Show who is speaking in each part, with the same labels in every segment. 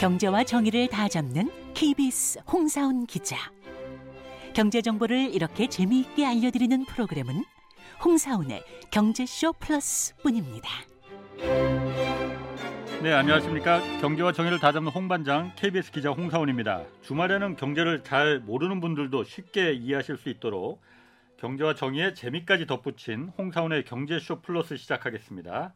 Speaker 1: 경제와 정의를 다 잡는 KBS 홍사훈 기자. 경제 정보를 이렇게 재미있게 알려드리는 프로그램은 홍사훈의 경제쇼 플러스뿐입니다.
Speaker 2: 네, 안녕하십니까. 경제와 정의를 다잡는 홍반장 KBS 기자 홍사원입니다. 주말에는 경제를 잘 모르는 분들도 쉽게 이해하실 수 있도록 경제와 정의의 재미까지 덧붙인 홍사원의 경제쇼 플러스 시작하겠습니다.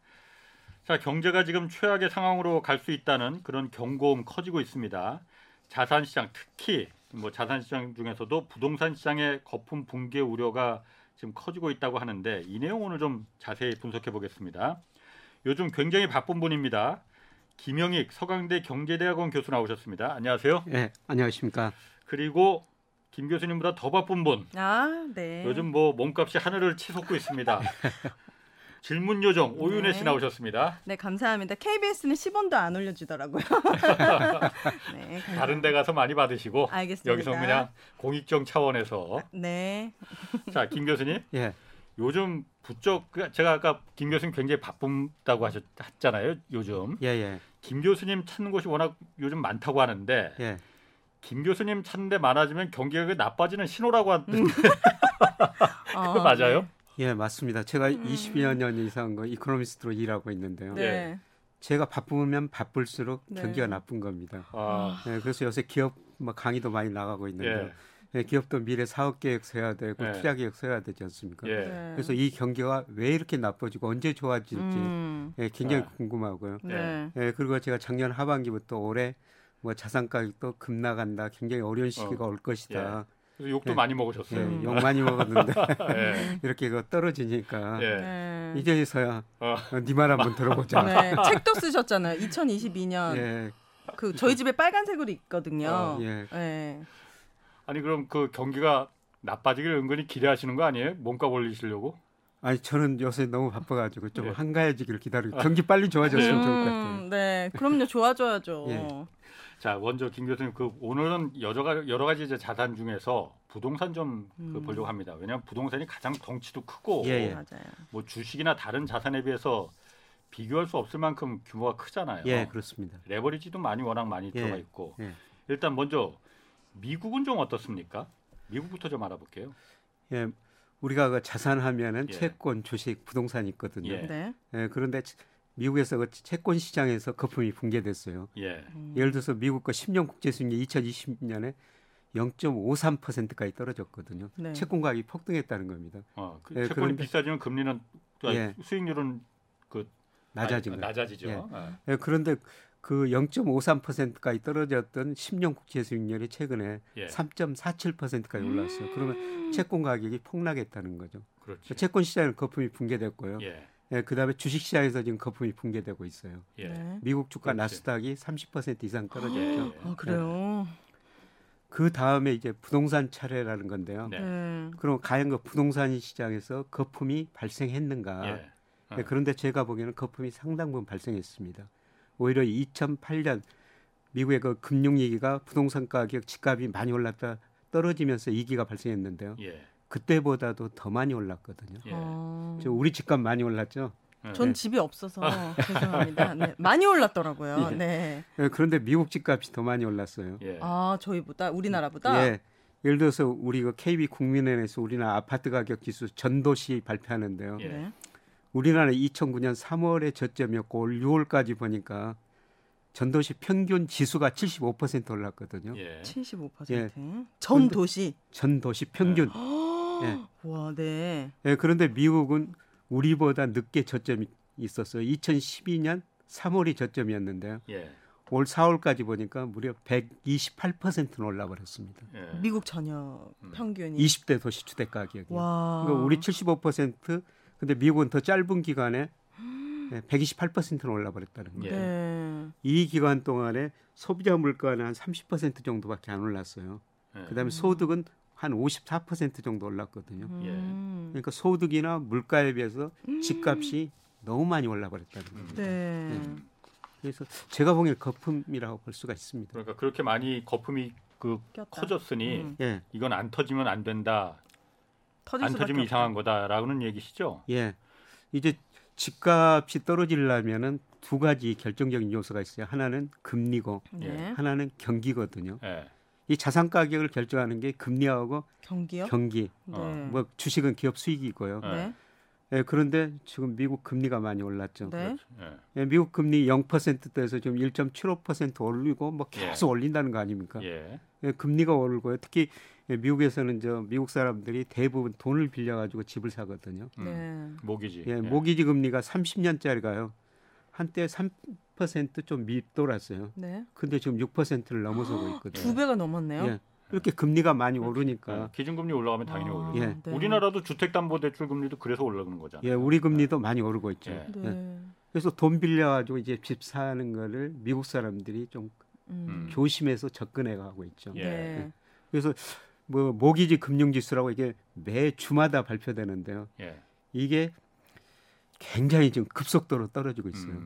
Speaker 2: 자, 경제가 지금 최악의 상황으로 갈 수 있다는 그런 경고음 커지고 있습니다. 자산 시장 특히 뭐 자산 시장 중에서도 부동산 시장의 거품 붕괴 우려가 지금 커지고 있다고 하는데 이 내용 오늘 좀 자세히 분석해 보겠습니다. 요즘 굉장히 바쁜 분입니다. 김영익 서강대 경제대학원 교수 나오셨습니다. 안녕하세요.
Speaker 3: 예, 안녕하십니까.
Speaker 2: 그리고 김 교수님보다 더 바쁜 분.
Speaker 4: 아, 네.
Speaker 2: 요즘 뭐 몸값이 하늘을 치솟고 있습니다. 질문 요정 오윤혜 씨
Speaker 4: 네.
Speaker 2: 나오셨습니다.
Speaker 4: 네, 감사합니다. KBS는 10원도 안 올려주더라고요. 네, 감사합니다.
Speaker 2: 다른 데 가서 많이 받으시고
Speaker 4: 알겠습니다.
Speaker 2: 여기서 그냥 공익적 차원에서
Speaker 4: 네.
Speaker 2: 자, 김 교수님.
Speaker 3: 예,
Speaker 2: 요즘 부쩍 그- 제가 아까 김 교수님 굉장히 바쁜다고 하셨, 했잖아요. 요즘
Speaker 3: 예, 예,
Speaker 2: 김 교수님 찾는 곳이 워낙 요즘 많다고 하는데
Speaker 3: 예.
Speaker 2: 김 교수님 찾는 데 많아지면 경기가 나빠지는 신호라고 하는데
Speaker 4: 어,
Speaker 2: 그거 맞아요?
Speaker 3: 예, 맞습니다. 제가 20여 년 이상 그 이코노미스트로 일하고 있는데요.
Speaker 4: 네.
Speaker 2: 예.
Speaker 4: 네.
Speaker 3: 제가 바쁘면 바쁠수록
Speaker 4: 네.
Speaker 3: 경기가 나쁜 겁니다.
Speaker 2: 아,
Speaker 3: 예, 그래서 요새 기업 뭐 강의도 많이 나가고
Speaker 4: 네.
Speaker 3: 있는데
Speaker 2: 예,
Speaker 3: 예. 기업도 미래 사업 계획 세야 되고
Speaker 2: 예.
Speaker 3: 투자 계획 세야 되지 않습니까?
Speaker 2: 예.
Speaker 4: 네.
Speaker 3: 그래서 이 경기가 왜 이렇게 나빠지고 언제 좋아질지
Speaker 4: 음,
Speaker 3: 예, 굉장히
Speaker 2: 아.
Speaker 3: 궁금하고요.
Speaker 4: 네.
Speaker 3: 예, 그리고 제가 작년 하반기부터 올해 뭐 자산 가격도 급락한다. 굉장히 어려운 시기가 올 것이다.
Speaker 2: 그래서 욕도
Speaker 3: 예.
Speaker 2: 많이
Speaker 3: 예,
Speaker 2: 먹으셨어요.
Speaker 4: 음.
Speaker 3: 욕 많이 먹었는데
Speaker 2: 예.
Speaker 3: 이렇게 그 떨어지니까
Speaker 2: 예.
Speaker 4: 네.
Speaker 3: 이제서야
Speaker 2: 어,
Speaker 3: 네 말 한번 들어보자.
Speaker 4: 네, 책도 쓰셨잖아요. 2022년
Speaker 3: 예,
Speaker 4: 그 저희 집에 빨간색으로 있거든요.
Speaker 2: 어,
Speaker 3: 예.
Speaker 4: 네.
Speaker 2: 아니 그럼 그 경기가 나빠지길 은근히 기대하시는 거 아니에요? 몸값 올리시려고?
Speaker 3: 아니 저는 요새 너무 바빠가지고 좀
Speaker 2: 예. 아.
Speaker 3: 한가해지기를 기다리고 경기 빨리 좋아졌으면 좋을 것 같아요.
Speaker 4: 음, 네, 그럼요. 좋아져야죠.
Speaker 3: 예.
Speaker 2: 자, 먼저 김 교수님 그 오늘은 여러 가지 여러 가지 이제 자산 중에서 부동산 좀 그,
Speaker 4: 음.
Speaker 2: 보려고 합니다. 왜냐하면 부동산이 가장 덩치도 크고
Speaker 3: 예, 예.
Speaker 4: 맞아요.
Speaker 2: 뭐 주식이나 다른 자산에 비해서 비교할 수 없을 만큼 규모가 크잖아요.
Speaker 3: 예, 그렇습니다.
Speaker 2: 레버리지도 많이 워낙 많이 들어가
Speaker 3: 예,
Speaker 2: 있고
Speaker 3: 예.
Speaker 2: 일단 먼저 미국은 좀 어떻습니까? 미국부터 좀 알아볼게요.
Speaker 3: 예, 우리가 그 자산하면은
Speaker 2: 예.
Speaker 3: 채권, 주식, 부동산이 있거든요.
Speaker 2: 예.
Speaker 3: 예.
Speaker 4: 네.
Speaker 3: 그런데 채- 미국에서 그 채권 시장에서 거품이 붕괴됐어요.
Speaker 2: 예,
Speaker 4: 음.
Speaker 3: 예를 들어서 미국 거 10년 국제 수익률이 2020년에 0.53%까지 떨어졌거든요.
Speaker 4: 네.
Speaker 3: 채권 가격이 폭등했다는 겁니다.
Speaker 2: 어, 그
Speaker 3: 예,
Speaker 2: 채권이
Speaker 3: 그런데-
Speaker 2: 비싸지면 금리는 아니,
Speaker 3: 예.
Speaker 2: 수익률은 그
Speaker 3: 낮아진
Speaker 2: 아니,
Speaker 3: 거예요.
Speaker 2: 낮아지죠.
Speaker 3: 예.
Speaker 2: 아,
Speaker 3: 예, 그런데 그 0.53%까지 떨어졌던 10년 국채 수익률이 최근에
Speaker 2: 예, 음.
Speaker 3: 3.47%까지 올랐어요. 그러면 채권 가격이 폭락했다는 거죠.
Speaker 2: 그렇죠.
Speaker 3: 채권 시장은 거품이 붕괴됐고요. 예.
Speaker 2: 예,
Speaker 3: 그다음에 주식 시장에서 지금 거품이 붕괴되고 있어요.
Speaker 2: 예,
Speaker 4: 네.
Speaker 3: 미국 주가
Speaker 2: 그렇지.
Speaker 3: 나스닥이 30% 이상 떨어졌죠.
Speaker 2: 예.
Speaker 4: 아, 그래요.
Speaker 3: 그 다음에 이제 부동산 차례라는 건데요.
Speaker 2: 네.
Speaker 4: 네.
Speaker 3: 아, 그럼 과연 그 부동산 시장에서 거품이 발생했는가?
Speaker 2: 예.
Speaker 3: 네, 그런데 제가 보기에는 거품이 상당 부분 발생했습니다. 오히려 2008년 미국의 그 금융 위기가 부동산 가격 집값이 많이 올랐다 떨어지면서 위기가 발생했는데요.
Speaker 2: 예,
Speaker 3: 그때보다도 더 많이 올랐거든요.
Speaker 2: 예.
Speaker 4: 어.
Speaker 3: 저 우리 집값 많이 올랐죠.
Speaker 2: 예.
Speaker 4: 전 집이 없어서
Speaker 2: 아.
Speaker 4: 죄송합니다. 네, 많이 올랐더라고요.
Speaker 3: 예.
Speaker 4: 네.
Speaker 3: 예, 그런데 미국 집값이 더 많이 올랐어요.
Speaker 2: 예.
Speaker 4: 아 저희보다 우리나라보다.
Speaker 3: 예. 예를 들어서 우리 그 KB 국민은행에서 우리나라 아파트 가격 지수 전도시 발표하는데요.
Speaker 2: 예.
Speaker 4: 네.
Speaker 3: 우리나라는 2009년 3월에 저점이었고 올 6월까지 보니까 전도시 평균 지수가 75% 올랐거든요.
Speaker 2: 예.
Speaker 4: 75%.
Speaker 3: 예.
Speaker 4: 전 도시.
Speaker 3: 전도시 평균. 예.
Speaker 4: 와, 네.
Speaker 3: 예, 그런데 미국은 우리보다 늦게 저점이 있었어요. 2012년 3월이 저점이었는데요.
Speaker 2: 예.
Speaker 3: 올 4월까지 보니까 무려 128%는 올라버렸습니다.
Speaker 2: 예.
Speaker 4: 미국 전역
Speaker 2: 음.
Speaker 4: 평균이.
Speaker 3: 20대 도시 주택 가격이.
Speaker 4: 와.
Speaker 3: 그러니까 우리 75% 근데 미국은 더 짧은 기간에 128%는 올라버렸다는 거예요.
Speaker 2: 예.
Speaker 4: 네.
Speaker 3: 이 기간 동안에 소비자 물가는 한 30% 정도밖에 안 올랐어요.
Speaker 2: 예.
Speaker 3: 그다음에 소득은 한 54% 정도 올랐거든요.
Speaker 2: 예.
Speaker 4: 음.
Speaker 3: 그러니까 소득이나 물가에 비해서 집값이 너무 많이 올라버렸다는
Speaker 2: 음.
Speaker 3: 겁니다.
Speaker 4: 네.
Speaker 3: 예. 그래서 제가 보기엔 거품이라고 볼 수가 있습니다.
Speaker 2: 그러니까 그렇게 많이 거품이 그
Speaker 4: 꼈다.
Speaker 2: 커졌으니
Speaker 4: 음.
Speaker 3: 예,
Speaker 2: 이건 안 터지면 안 된다.
Speaker 4: 터질
Speaker 2: 안
Speaker 4: 수밖에
Speaker 2: 터지면
Speaker 4: 없다.
Speaker 2: 이상한 거다라고는 얘기시죠.
Speaker 3: 예. 이제 집값이 떨어지려면은 두 가지 결정적인 요소가 있어요. 하나는 금리고
Speaker 4: 네.
Speaker 3: 하나는 경기거든요.
Speaker 2: 예.
Speaker 3: 이 자산 가격을 결정하는 게 금리하고
Speaker 4: 경기요?
Speaker 3: 경기,
Speaker 2: 어,
Speaker 4: 네.
Speaker 3: 뭐 주식은 기업 수익이고요.
Speaker 4: 네.
Speaker 3: 예, 그런데 지금 미국 금리가 많이 올랐죠.
Speaker 4: 네.
Speaker 2: 예.
Speaker 3: 예, 미국 금리 0%대에서 지금 1.75% 올리고 뭐 계속 올린다는 거 아닙니까?
Speaker 2: 예.
Speaker 3: 예, 금리가 오르고요. 특히 예, 미국에서는 저 미국 사람들이 대부분 돈을 빌려 가지고 집을 사거든요.
Speaker 2: 음,
Speaker 4: 네.
Speaker 2: 모기지.
Speaker 3: 예, 모기지 금리가 30년짜리가요. 한때 3%좀 밑돌았어요.
Speaker 4: 네.
Speaker 3: 근데 지금 6%를 넘어서고 있거든요.
Speaker 4: 두 배가 넘었네요.
Speaker 3: 예. 이렇게 금리가 많이 오르니까
Speaker 2: 예. 기준금리 올라가면 당연히
Speaker 4: 아,
Speaker 2: 올라요.
Speaker 3: 예.
Speaker 4: 네.
Speaker 2: 우리나라도 주택담보대출 금리도 그래서 올라가는 거잖아요.
Speaker 3: 예, 우리 금리도 많이 오르고 있죠.
Speaker 2: 예.
Speaker 4: 네.
Speaker 3: 예. 그래서 돈 빌려 가지고 이제 집 사는 거를 미국 사람들이 좀
Speaker 4: 음.
Speaker 3: 조심해서 접근해 가고 있죠.
Speaker 2: 예.
Speaker 4: 네.
Speaker 3: 그래서 뭐 모기지 금융 지수라고 이게 매 주마다 발표되는데요.
Speaker 2: 예.
Speaker 3: 이게 굉장히 지금 급속도로 떨어지고 있어요.
Speaker 2: 음,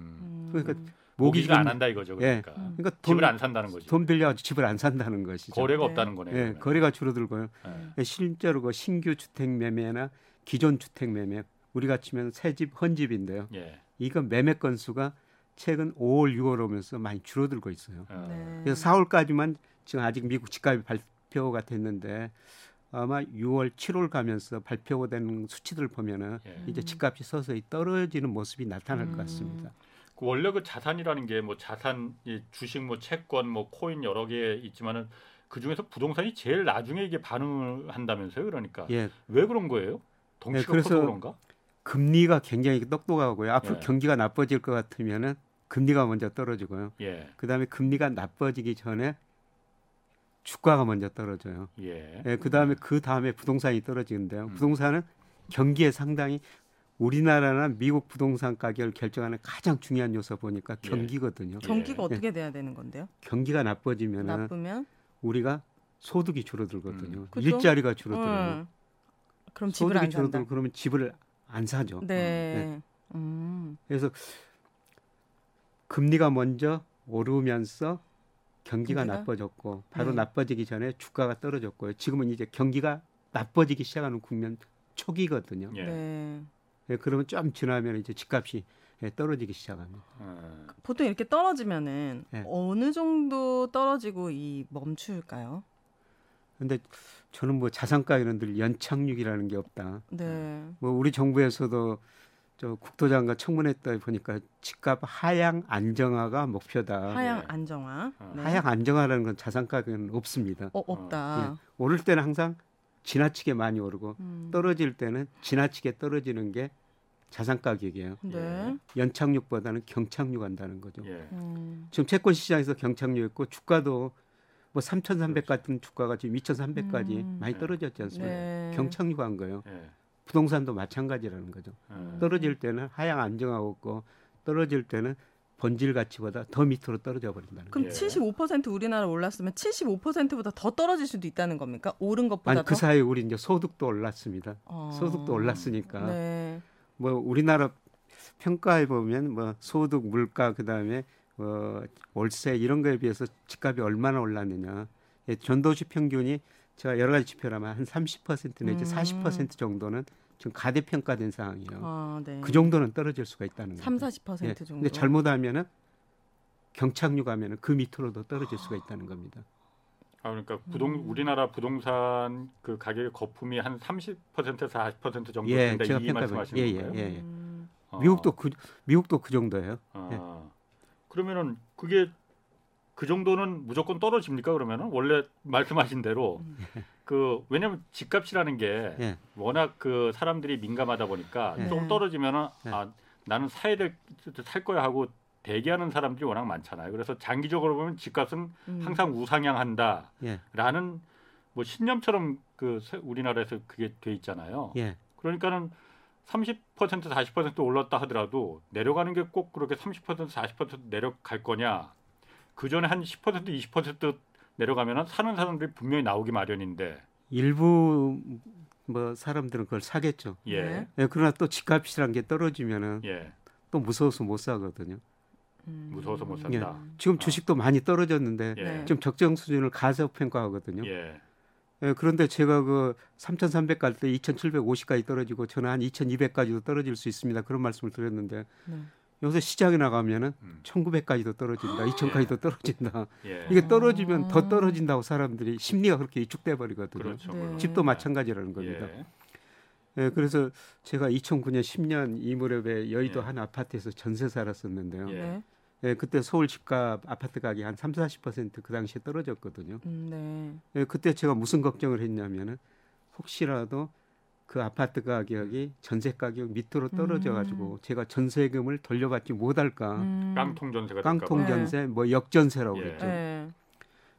Speaker 4: 음.
Speaker 3: 그러니까
Speaker 2: 모기지를
Speaker 3: 금리-
Speaker 2: 안 한다 이거죠.
Speaker 3: 예.
Speaker 2: 그러니까
Speaker 4: 음.
Speaker 3: 그러니까 돈,
Speaker 2: 집을 안 산다는 거지.
Speaker 3: 돈 빌려 가지고 집을 안 산다는 것이죠.
Speaker 2: 거래가
Speaker 4: 네.
Speaker 2: 없다는 거네요.
Speaker 3: 예,
Speaker 2: 그러면.
Speaker 3: 거래가 줄어들고요.
Speaker 2: 예.
Speaker 3: 실제로 그 신규 주택 매매나 기존 주택 매매 우리가 치면 새집 헌집인데요.
Speaker 2: 예.
Speaker 3: 이거 매매 건수가 최근 5월, 6월 오면서 많이 줄어들고 있어요.
Speaker 2: 어,
Speaker 4: 네.
Speaker 3: 그래서 4월까지만 지금 아직 미국 집값이 발표가 됐는데 아마 6월, 7월 가면서 발표되는 수치들 보면은
Speaker 2: 예.
Speaker 3: 이제
Speaker 4: 음.
Speaker 3: 집값이 서서히 떨어지는 모습이 나타날
Speaker 4: 음.
Speaker 3: 것 같습니다.
Speaker 2: 그 원래 그 자산이라는 게 뭐 자산, 이 주식, 뭐 채권, 뭐 코인 여러 개 있지만은 그 중에서 부동산이 제일 나중에 이게 반응을 한다면서요? 그러니까
Speaker 3: 예,
Speaker 2: 왜 그런 거예요? 덩치가
Speaker 3: 네,
Speaker 2: 커서
Speaker 3: 그래서-
Speaker 2: 그런가?
Speaker 3: 금리가 굉장히 똑똑하고요. 앞으로
Speaker 2: 예.
Speaker 3: 경기가 나빠질 것 같으면은 금리가 먼저 떨어지고요.
Speaker 2: 예,
Speaker 3: 그다음에 금리가 나빠지기 전에 주가가 먼저 떨어져요.
Speaker 2: 예,
Speaker 3: 예, 그다음에 그 다음에 부동산이 떨어지는데요.
Speaker 2: 음.
Speaker 3: 부동산은 경기에 상당히 우리나라나 미국 부동산 가격을 결정하는 가장 중요한 요소 보니까
Speaker 2: 예.
Speaker 3: 경기거든요.
Speaker 4: 경기가 어떻게 돼야 되는 건데요?
Speaker 3: 경기가 나빠지면 은
Speaker 4: 나쁘면
Speaker 3: 우리가 소득이 줄어들거든요.
Speaker 2: 음.
Speaker 4: 그죠?
Speaker 3: 일자리가 줄어들어요.
Speaker 4: 음. 그럼 집을
Speaker 3: 소득이
Speaker 4: 안 산다.
Speaker 3: 줄어들고 그러면 집을 안 사죠. 어, 예.
Speaker 4: 네. 음.
Speaker 3: 그래서 금리가 먼저 오르면서 경기가,
Speaker 4: 경기가?
Speaker 3: 나빠졌고 바로
Speaker 4: 네.
Speaker 3: 나빠지기 전에 주가가 떨어졌고요. 지금은 이제 경기가 나빠지기 시작하는 국면 초기거든요.
Speaker 2: 예.
Speaker 4: 네.
Speaker 3: 예, 그러면 좀 지나면 이제 집값이 예, 떨어지기 시작합니다.
Speaker 2: 음.
Speaker 4: 보통 이렇게 떨어지면은
Speaker 3: 예.
Speaker 4: 어느 정도 떨어지고 이 멈출까요?
Speaker 3: 근데 저는 뭐 자산가에는 늘 연착륙이라는 게 없다.
Speaker 4: 네.
Speaker 3: 뭐 우리 정부에서도 저 국토장관 청문회때 보니까 집값 하향 안정화가 목표다. 하향,
Speaker 4: 하향
Speaker 2: 네.
Speaker 4: 안정화.
Speaker 2: 어.
Speaker 4: 네.
Speaker 3: 안정화라는 건 자산가에는 없습니다.
Speaker 4: 어, 없다.
Speaker 3: 오를 때는 항상 지나치게 많이 오르고
Speaker 4: 음.
Speaker 3: 예. 떨어질 때는 지나치게 떨어지는 게 자산 가격이에요.
Speaker 4: 네.
Speaker 3: 연착륙보다는 경착륙한다는 거죠.
Speaker 2: 예,
Speaker 4: 음.
Speaker 3: 지금 채권 시장에서 경착륙했고 주가도 뭐 3,300 같은 주가가 지금 2,300까지
Speaker 4: 음.
Speaker 3: 많이
Speaker 2: 네.
Speaker 3: 떨어졌지 않습니까?
Speaker 4: 그렇죠. 네.
Speaker 3: 경착륙한 거예요.
Speaker 2: 예,
Speaker 3: 부동산도 마찬가지라는 거죠.
Speaker 2: 음.
Speaker 3: 떨어질
Speaker 4: 네.
Speaker 3: 때는 하향 안정하고 있고 떨어질 때는 본질 가치보다 더 밑으로 떨어져 버린다는 거예요.
Speaker 4: 그럼
Speaker 2: 예.
Speaker 4: 75% 우리나라 올랐으면 75%보다 더 떨어질 수도 있다는 겁니까? 오른 것보다
Speaker 3: 아니 그
Speaker 4: 더.
Speaker 3: 사이에 우리 이제 소득도 올랐습니다.
Speaker 4: 어.
Speaker 3: 소득도 올랐으니까
Speaker 4: 네.
Speaker 3: 뭐 우리나라 평가해 보면 뭐 소득, 물가 그다음에 뭐 월세 이런 거에 비해서 집값이 얼마나 올랐느냐. 예, 전도시 평균이 제가 여러 가지 지표라면 한 30% 내지
Speaker 4: 음.
Speaker 3: 40% 정도는 지금 가대평가된 상황이에요.
Speaker 4: 아, 네.
Speaker 3: 그 정도는 떨어질 수가 있다는 거죠.
Speaker 4: 3, 40%
Speaker 3: 예,
Speaker 4: 정도.
Speaker 3: 근데 잘못하면은 경착륙하면은 그 밑으로도 떨어질 수가 있다는 겁니다.
Speaker 2: 아
Speaker 4: 음.
Speaker 2: 그러니까 부동 우리나라 부동산 그 가격의 거품이 한 30%에서 40% 정도
Speaker 3: 예,
Speaker 2: 된다
Speaker 3: 제가
Speaker 2: 이
Speaker 3: 평가를-
Speaker 2: 말씀하시는
Speaker 3: 예, 예,
Speaker 2: 거예요?
Speaker 3: 예.
Speaker 4: 음.
Speaker 2: 어.
Speaker 3: 미국도 그 미국도 그 정도예요.
Speaker 2: 아,
Speaker 3: 예.
Speaker 2: 그러면은 그게 그 정도는 무조건 떨어집니까? 그러면은 원래 말씀하신 대로 그 왜냐면 집값이라는 게
Speaker 3: 음. 예.
Speaker 2: 워낙 그 사람들이 민감하다 보니까
Speaker 4: 예.
Speaker 2: 좀 떨어지면은
Speaker 3: 예.
Speaker 2: 아 나는 사야 될 살 거야 하고 대기하는 사람들이 워낙 많잖아요. 그래서 장기적으로 보면 집값은
Speaker 4: 음.
Speaker 2: 항상 우상향한다라는
Speaker 3: 예.
Speaker 2: 뭐 신념처럼 그 세- 우리나라에서 그게 돼 있잖아요.
Speaker 3: 예.
Speaker 2: 그러니까는 30% 40% 올랐다 하더라도 내려가는 게 꼭 그렇게 30% 40% 내려갈 거냐? 그 전에 한 10% 20% 내려가면 사는 사람들이 분명히 나오기 마련인데
Speaker 3: 일부 뭐 사람들은 그걸 사겠죠.
Speaker 2: 예,
Speaker 4: 네.
Speaker 3: 예, 그러나 또 집값이란 게 떨어지면은
Speaker 2: 예,
Speaker 3: 또 무서워서 못 사거든요.
Speaker 4: 음.
Speaker 2: 무서워서 못 산다.
Speaker 3: 지금
Speaker 2: 아.
Speaker 3: 주식도 많이 떨어졌는데
Speaker 2: 예,
Speaker 4: 네.
Speaker 3: 좀 적정 수준을 가서 평가하거든요.
Speaker 2: 예,
Speaker 3: 예. 그런데 제가 그 3,300 갈 때 2,750까지 떨어지고 저는 한 2,200까지도 떨어질 수 있습니다. 그런 말씀을 드렸는데
Speaker 4: 네.
Speaker 3: 여기서 시작이 나가면은
Speaker 2: 음.
Speaker 3: 1900까지도 떨어진다. 2000까지도 떨어진다.
Speaker 2: 아, 예.
Speaker 3: 이게 떨어지면
Speaker 4: 아.
Speaker 3: 더 떨어진다고 사람들이 심리가 그렇게 위축돼 버리거든요.
Speaker 2: 그렇죠.
Speaker 4: 네.
Speaker 2: 그렇죠.
Speaker 3: 집도
Speaker 2: 예.
Speaker 3: 마찬가지라는 겁니다.
Speaker 2: 예.
Speaker 3: 예, 그래서 제가 2009년 10년 이 무렵에 여의도
Speaker 2: 예.
Speaker 3: 한 아파트에서 전세 살았었는데요.
Speaker 2: 예.
Speaker 4: 네.
Speaker 3: 예, 그때 서울 집값 아파트 가격이 한 3, 40%그 당시에 떨어졌거든요.
Speaker 4: 음, 네.
Speaker 3: 예, 그때 제가 무슨 걱정을 했냐면은 혹시라도 그 아파트 가격이 전세 가격 밑으로 떨어져 가지고 제가 전세금을 돌려받지 못할까.
Speaker 4: 음.
Speaker 2: 깡통 전세가
Speaker 3: 깡통
Speaker 4: 네.
Speaker 3: 전세, 뭐 역전세라고
Speaker 2: 예.
Speaker 3: 그랬죠.
Speaker 4: 네.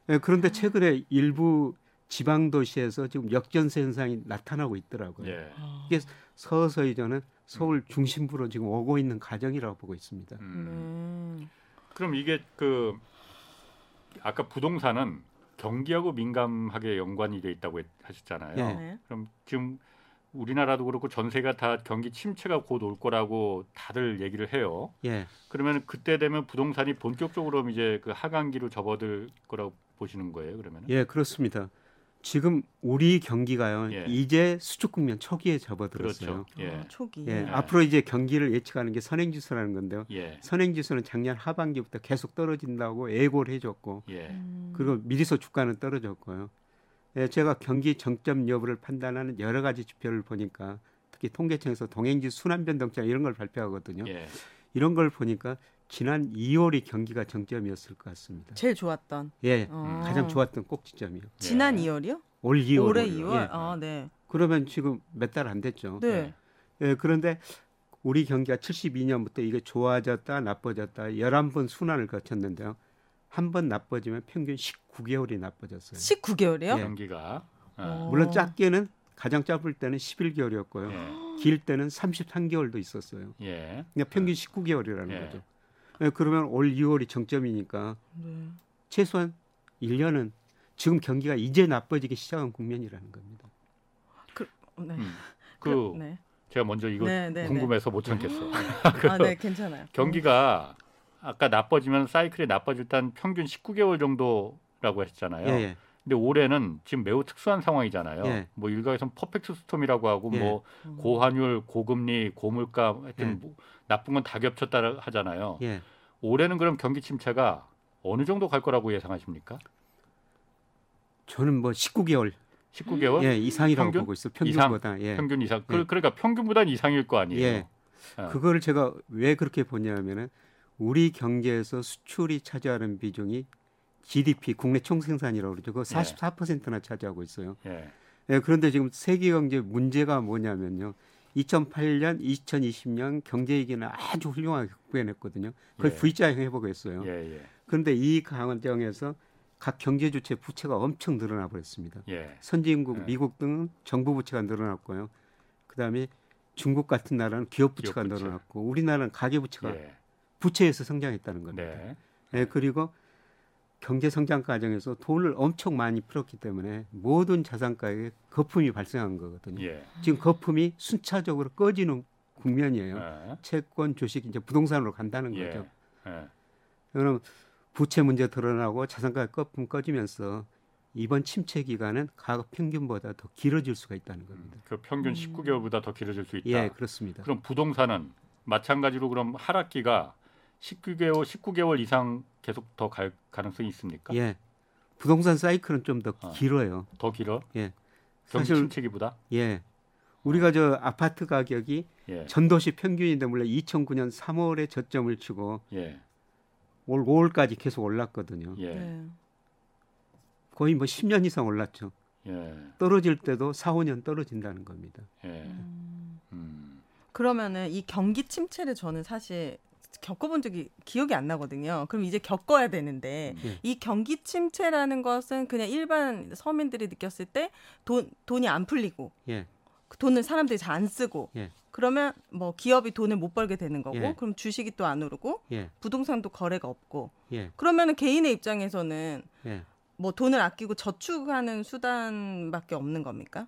Speaker 3: 예, 그런데 최근에 일부 지방 도시에서 지금 역전세 현상이 나타나고 있더라고요.
Speaker 2: 예.
Speaker 3: 이게 서서히 저는 서울 중심부로 지금 오고 있는 과정이라고 보고 있습니다.
Speaker 2: 음.
Speaker 4: 네.
Speaker 2: 그럼 이게 그 아까 부동산은 경기하고 민감하게 연관이 돼 있다고 했- 하셨잖아요.
Speaker 3: 예.
Speaker 4: 네.
Speaker 2: 그럼 지금 우리나라도 그렇고 전세가 다 경기 침체가 곧 올 거라고 다들 얘기를 해요.
Speaker 3: 예.
Speaker 2: 그러면 그때 되면 부동산이 본격적으로 이제 그 하강기로 접어들 거라고 보시는 거예요. 그러면
Speaker 3: 예, 그렇습니다. 지금 우리 경기가요.
Speaker 2: 예.
Speaker 3: 이제 수축 국면 초기에
Speaker 2: 그렇죠.
Speaker 3: 접어들었어요.
Speaker 2: 예.
Speaker 4: 아, 초기.
Speaker 3: 예,
Speaker 2: 네.
Speaker 3: 앞으로 이제 경기를 예측하는 게 선행지수라는 건데요.
Speaker 2: 예.
Speaker 3: 선행지수는 작년 하반기부터 계속 떨어진다고 예고를 해줬고
Speaker 2: 예.
Speaker 4: 음.
Speaker 3: 그리고 미리서 주가는 떨어졌고요. 예, 제가 경기 정점 여부를 판단하는 여러 가지 지표를 보니까 특히 통계청에서 동행지 순환 변동장 이런 걸 발표하거든요.
Speaker 2: 예.
Speaker 4: 네.
Speaker 3: 이런 걸 보니까 지난 2월이 경기가 정점이었을 것 같습니다.
Speaker 4: 제일 좋았던.
Speaker 3: 예,
Speaker 4: 어.
Speaker 3: 가장 좋았던 꼭지점이요.
Speaker 4: 지난
Speaker 2: 예.
Speaker 4: 2월이요?
Speaker 3: 올 2월.
Speaker 4: 올해 2월.
Speaker 3: 예.
Speaker 4: 아, 네.
Speaker 3: 그러면 지금 몇 달 안 됐죠.
Speaker 2: 음,
Speaker 4: 네.
Speaker 3: 예, 그런데 우리 경기가 72년부터 이게 좋아졌다 나빠졌다 11번 순환을 거쳤는데요. 한 번 나빠지면 평균 19개월이 나빠졌어요.
Speaker 4: 19개월이요?
Speaker 2: 경기가 어.
Speaker 3: 네. 예.
Speaker 2: 네.
Speaker 3: 물론 작게는 가장 짧을 때는 11개월이었고요. 길 때는 33개월도 있었어요.
Speaker 2: 예.
Speaker 4: 네.
Speaker 2: 예.
Speaker 3: 그러니까 평균 19개월이라는
Speaker 2: 예.
Speaker 3: 거죠. 예, 그러면 올 2월이 정점이니까
Speaker 4: 네.
Speaker 3: 최소한 1년은 지금 경기가 이제 나빠지기 시작한 국면이라는 겁니다.
Speaker 4: 네.
Speaker 2: 음. 그
Speaker 4: 네.
Speaker 2: 제가 먼저 이거
Speaker 4: 네, 네,
Speaker 2: 궁금해서 못 참겠어.
Speaker 4: 아, 네, 괜찮아요.
Speaker 2: 그 경기가 아까 나빠지면 사이클이 나빠질 땐 평균 19개월 정도라고 했잖아요.
Speaker 3: 예, 예.
Speaker 2: 근데 올해는 지금 매우 특수한 상황이잖아요.
Speaker 3: 예.
Speaker 2: 뭐 일각에선 퍼펙트 스톰이라고 하고
Speaker 3: 예.
Speaker 2: 뭐
Speaker 4: 음.
Speaker 2: 고환율, 고금리, 고물가 하여튼
Speaker 3: 예.
Speaker 2: 뭐 나쁜 건 다 겹쳤다 하잖아요.
Speaker 3: 예.
Speaker 2: 올해는 그럼 경기 침체가 어느 정도 갈 거라고 예상하십니까?
Speaker 3: 저는 뭐 19개월
Speaker 2: 19개월
Speaker 3: 예, 이상이라고
Speaker 2: 평균?
Speaker 3: 보고 있어요.
Speaker 2: 이상?
Speaker 3: 평균보다. 예.
Speaker 2: 평균 이상.
Speaker 3: 예.
Speaker 2: 그, 그러니까 평균보단 이상일 거 아니에요.
Speaker 3: 예.
Speaker 2: 어.
Speaker 3: 그거를 제가 왜 그렇게 보냐면은 우리 경제에서 수출이 차지하는 비중이 GDP 국내 총생산이라고
Speaker 2: 네.
Speaker 3: 그러죠. 그거 44%나 차지하고 있어요.
Speaker 2: 예.
Speaker 3: 예, 그런데 지금 세계 경제 문제가 뭐냐면요. 2008년, 2020년 경제 위기는 아주 훌륭하게 극복해냈거든요. 거의
Speaker 2: 예.
Speaker 3: V자형 회복했어요.
Speaker 2: 예, 예.
Speaker 3: 그런데 이 과정에서 각 경제 주체 부채가 엄청 늘어나 버렸습니다.
Speaker 2: 예.
Speaker 3: 선진국,
Speaker 2: 예.
Speaker 3: 미국 등 정부 부채가 늘어났고요. 그다음에 중국 같은 나라는 기업 부채가
Speaker 2: 기업 부채.
Speaker 3: 늘어났고 우리나라는 가계 부채가
Speaker 2: 예.
Speaker 3: 부채에서 성장했다는 겁니다.
Speaker 2: 네.
Speaker 3: 예, 그리고 경제 성장 과정에서 돈을 엄청 많이 풀었기 때문에 모든 자산가에 거품이 발생한 거거든요.
Speaker 2: 예.
Speaker 3: 지금 거품이 순차적으로 꺼지는 국면이에요.
Speaker 2: 예.
Speaker 3: 채권, 주식, 이제 부동산으로 간다는 거죠.
Speaker 2: 예.
Speaker 3: 그럼 부채 문제 드러나고 자산가 거품 꺼지면서 이번 침체 기간은 가급 평균보다 더 길어질 수가 있다는 겁니다.
Speaker 2: 그 평균 19개월보다 더 길어질 수 있다.
Speaker 3: 예, 그렇습니다.
Speaker 2: 그럼 부동산은 마찬가지로 그럼 하락기가 19개월 19개월 이상 계속 더 갈 가능성이 있습니까?
Speaker 3: 예. 부동산 사이클은 좀 더
Speaker 2: 아.
Speaker 3: 길어요.
Speaker 2: 더 길어?
Speaker 3: 예.
Speaker 2: 경기
Speaker 3: 사실-
Speaker 2: 침체기보다?
Speaker 3: 예. 우리가 저 아파트 가격이
Speaker 2: 예.
Speaker 3: 전도시 평균인데 물론 2009년 3월에 저점을 치고
Speaker 2: 예.
Speaker 3: 올 5월까지 계속 올랐거든요.
Speaker 2: 예.
Speaker 4: 네.
Speaker 3: 거의 뭐 10년 이상 올랐죠.
Speaker 2: 예.
Speaker 3: 떨어질 때도 4, 5년 떨어진다는 겁니다.
Speaker 2: 예.
Speaker 4: 음.
Speaker 2: 음.
Speaker 4: 그러면은 이 경기 침체를 저는 사실 겪어본 적이 기억이 안 나거든요. 그럼 이제 겪어야 되는데
Speaker 3: 예.
Speaker 4: 이 경기 침체라는 것은 그냥 일반 서민들이 느꼈을 때 돈 돈이 안 풀리고
Speaker 3: 예.
Speaker 4: 그 돈을 사람들이 잘 안 쓰고
Speaker 3: 예.
Speaker 4: 그러면 뭐 기업이 돈을 못 벌게 되는 거고
Speaker 3: 예.
Speaker 4: 그럼 주식이 또 안 오르고
Speaker 3: 예.
Speaker 4: 부동산도 거래가 없고
Speaker 3: 예.
Speaker 4: 그러면은 개인의 입장에서는
Speaker 3: 예.
Speaker 4: 뭐 돈을 아끼고 저축하는 수단밖에 없는 겁니까?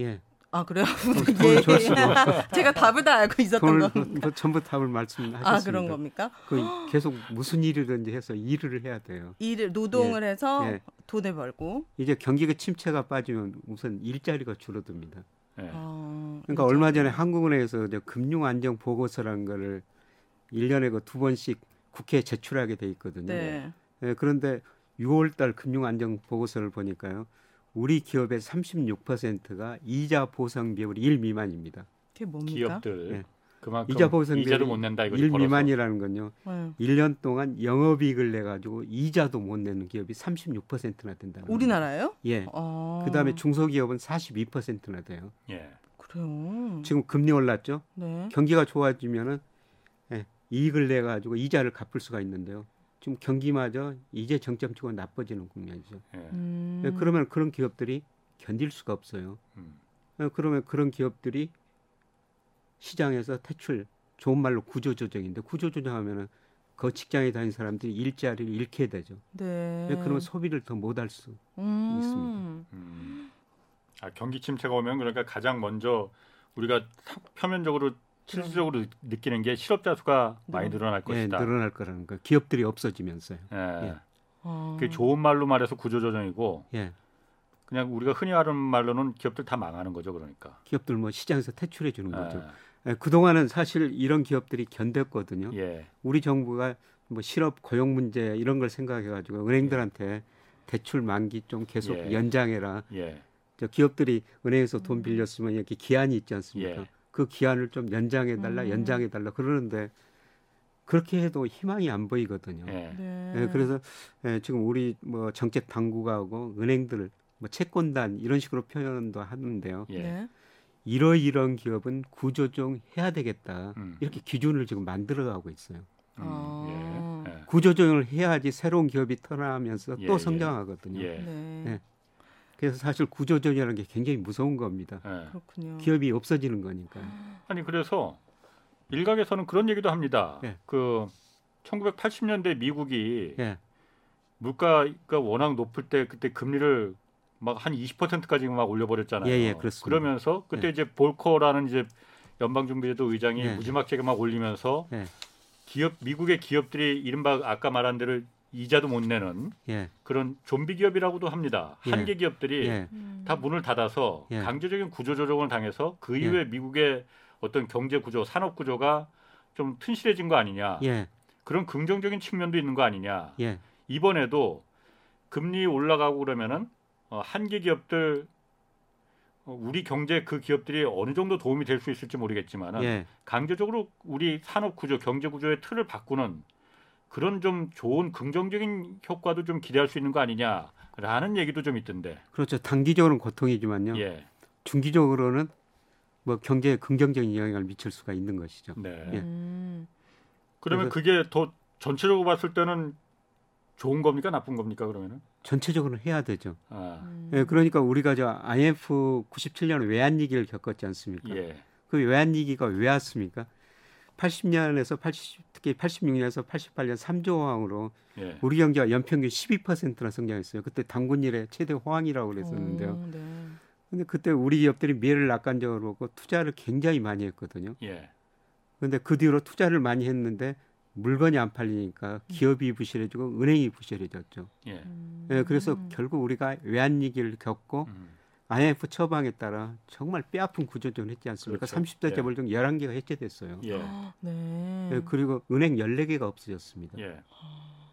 Speaker 3: 예.
Speaker 4: 아 그래요?
Speaker 3: 어, 돈을 줄 수가
Speaker 4: 제가 답을 다 알고 있었던
Speaker 3: 돈을
Speaker 4: 거.
Speaker 3: 뭐 전부 답을 말씀하셨습니다.
Speaker 4: 아 그런 겁니까?
Speaker 3: 그 계속 무슨 일이든지 해서 일을 해야 돼요.
Speaker 4: 일을 노동을 해서
Speaker 3: 예.
Speaker 4: 돈을 벌고.
Speaker 3: 이제 경기가 침체가 빠지면 우선 일자리가 줄어듭니다.
Speaker 2: 예.
Speaker 4: 어,
Speaker 3: 그러니까 얼마 전에 한국은행에서 이제 금융안정 보고서라는 거를 1년에 그 두 번씩 국회에 제출하게 돼 있거든요.
Speaker 4: 네.
Speaker 3: 예, 그런데 6월 달 금융 안정 보고서를 보니까요. 우리 기업의 36%가 이자 보상 비율이 1 미만입니다.
Speaker 4: 그게 뭡니까?
Speaker 2: 기업들
Speaker 3: 네.
Speaker 2: 그만큼
Speaker 3: 이자 보상
Speaker 2: 이자를
Speaker 3: 비율이
Speaker 2: 못 낸다 이거죠.
Speaker 3: 1
Speaker 2: 벌어서.
Speaker 3: 미만이라는 건요.
Speaker 4: 네.
Speaker 3: 1년 동안 영업이익을 내 가지고 이자도 못 내는 기업이 36%나 된다는 거예요.
Speaker 4: 우리나라예요?
Speaker 3: 예.
Speaker 4: 아,
Speaker 3: 그다음에 중소기업은 42%나 돼요.
Speaker 2: 예.
Speaker 4: 그래요.
Speaker 3: 지금 예, 금리 올랐죠?
Speaker 4: 네.
Speaker 3: 경기가 좋아지면은 예, 이익을 내 가지고 이자를 갚을 수가 있는데요. 지금 경기마저 이제 정점 치고 나빠지는 국면이죠.
Speaker 2: 예.
Speaker 4: 음.
Speaker 3: 예, 그러면 그런 기업들이 견딜 수가 없어요.
Speaker 2: 음.
Speaker 3: 예, 그러면 그런 기업들이 시장에서 퇴출, 좋은 말로 구조조정인데 구조조정하면은 그 직장에 다니는 사람들이 일자리를 잃게 되죠.
Speaker 4: 네.
Speaker 3: 예, 그러면 소비를 더 못할 수. 예,
Speaker 4: 음.
Speaker 3: 있습니다.
Speaker 2: 음. 아, 경기 침체가 오면 그러니까 가장 먼저 우리가 사- 표면적으로 실질적으로 느- 느끼는 게 실업자 수가 많이 늘어날
Speaker 3: 예,
Speaker 2: 것이다.
Speaker 3: 네. 늘어날 거라는 거. 기업들이 없어지면서요.
Speaker 2: 예.
Speaker 3: 예.
Speaker 4: 아.
Speaker 2: 그게 좋은 말로 말해서 구조조정이고
Speaker 3: 예.
Speaker 2: 그냥 우리가 흔히 하는 말로는 기업들 다 망하는 거죠, 그러니까.
Speaker 3: 기업들 뭐 시장에서 퇴출해 주는 거죠.
Speaker 2: 예.
Speaker 3: 예, 그동안은 사실 이런 기업들이 견뎠거든요.
Speaker 2: 예.
Speaker 3: 우리 정부가 뭐 실업 고용 문제 이런 걸 생각해 가지고 은행들한테 대출 만기 좀 계속
Speaker 2: 예.
Speaker 3: 연장해라.
Speaker 2: 예.
Speaker 3: 저 기업들이 은행에서 돈 빌렸으면 이렇게 기한이 있지 않습니까?
Speaker 2: 예.
Speaker 3: 그 기한을 좀 연장해 달라,
Speaker 4: 음.
Speaker 3: 연장해 달라 그러는데 그렇게 해도 희망이 안 보이거든요.
Speaker 2: 예.
Speaker 4: 네.
Speaker 3: 예, 그래서 예, 지금 우리 뭐 정책 당국하고 은행들 뭐 채권단 이런 식으로 표현도 하는데요.
Speaker 2: 예.
Speaker 4: 네.
Speaker 3: 이러이러한 기업은 구조조정 해야 되겠다.
Speaker 2: 음.
Speaker 3: 이렇게 기준을 지금 만들어가고 있어요.
Speaker 4: 아.
Speaker 2: 음. 예.
Speaker 3: 구조조정을 해야지 새로운 기업이 터나면서
Speaker 2: 예,
Speaker 3: 또
Speaker 2: 예.
Speaker 3: 성장하거든요.
Speaker 2: 예. 예.
Speaker 4: 네.
Speaker 3: 예. 그래서 사실 구조조정이라는 게 굉장히 무서운 겁니다.
Speaker 2: 예.
Speaker 4: 그렇군요.
Speaker 3: 기업이 없어지는 거니까.
Speaker 2: 아니 그래서 일각에서는 그런 얘기도 합니다.
Speaker 3: 예.
Speaker 2: 그 1980년대 미국이
Speaker 3: 예,
Speaker 2: 물가가 워낙 높을 때 그때 금리를 막 한 20%까지 막 올려버렸잖아요.
Speaker 3: 예, 예, 그렇습니다.
Speaker 2: 러면서 그때
Speaker 3: 예.
Speaker 2: 이제 볼커라는 이제 연방준비제도 의장이
Speaker 3: 예.
Speaker 2: 무지막지하게 막 올리면서
Speaker 3: 예.
Speaker 2: 기업 미국의 기업들이 이른바 아까 말한 대로 이자도 못 내는
Speaker 3: 예,
Speaker 2: 그런 좀비 기업이라고도 합니다.
Speaker 3: 예.
Speaker 2: 한계 기업들이
Speaker 3: 예,
Speaker 4: 음.
Speaker 2: 다 문을 닫아서
Speaker 3: 예.
Speaker 2: 강제적인 구조 조정을 당해서 그
Speaker 3: 예.
Speaker 2: 이후에 미국의 어떤 경제 구조, 산업 구조가 좀 튼실해진 거 아니냐.
Speaker 3: 예,
Speaker 2: 그런 긍정적인 측면도 있는 거 아니냐.
Speaker 3: 예,
Speaker 2: 이번에도 금리 올라가고 그러면은 어, 한계 기업들 어, 우리 경제 그 기업들이 어느 정도 도움이 될 수 있을지 모르겠지만 은
Speaker 3: 예.
Speaker 2: 강제적으로 우리 산업 구조, 경제 구조의 틀을 바꾸는 그런 좀 좋은 긍정적인 효과도 좀 기대할 수 있는 거 아니냐라는 얘기도 좀 있던데.
Speaker 3: 그렇죠. 단기적으로는 고통이지만요.
Speaker 2: 예.
Speaker 3: 중기적으로는 뭐 경제에 긍정적인 영향을 미칠 수가 있는 것이죠.
Speaker 2: 네.
Speaker 3: 예.
Speaker 4: 음.
Speaker 2: 그러면 그게 더 전체적으로 봤을 때는 좋은 겁니까 나쁜 겁니까 그러면은?
Speaker 3: 전체적으로 해야 되죠.
Speaker 2: 아,
Speaker 4: 음.
Speaker 3: 예, 그러니까 우리가 저 IMF 97년 외환위기를 겪었지 않습니까?
Speaker 2: 예,
Speaker 3: 그 외환위기가 왜 왔습니까? 80년에서 80 특히 86년에서 88년 3조 호황으로
Speaker 2: 예,
Speaker 3: 우리 경제가 연평균 12%나 성장했어요. 그때 당군일의 최대 호황이라고
Speaker 2: 어.
Speaker 3: 그랬었는데요.
Speaker 4: 오, 네.
Speaker 3: 근데 그때 우리 기업들이 미래를 낙관적으로 보고 투자를 굉장히 많이 했거든요.
Speaker 2: 예,
Speaker 3: 근데 그 뒤로 투자를 많이 했는데 물건이 안 팔리니까 기업이 부실해지고 은행이 부실해졌죠.
Speaker 2: 예.
Speaker 4: 음.
Speaker 3: 예, 그래서 결국 우리가 외환위기를 겪고
Speaker 2: 음,
Speaker 3: IMF 처방에 따라 정말 뼈아픈 구조조정을 했지 않습니까?
Speaker 2: 그렇죠.
Speaker 3: 30대
Speaker 2: 예.
Speaker 3: 재벌 중 11개가 해체됐어요.
Speaker 2: 예,
Speaker 4: 네.
Speaker 3: 예, 그리고 은행 14개가 없어졌습니다.
Speaker 2: 예,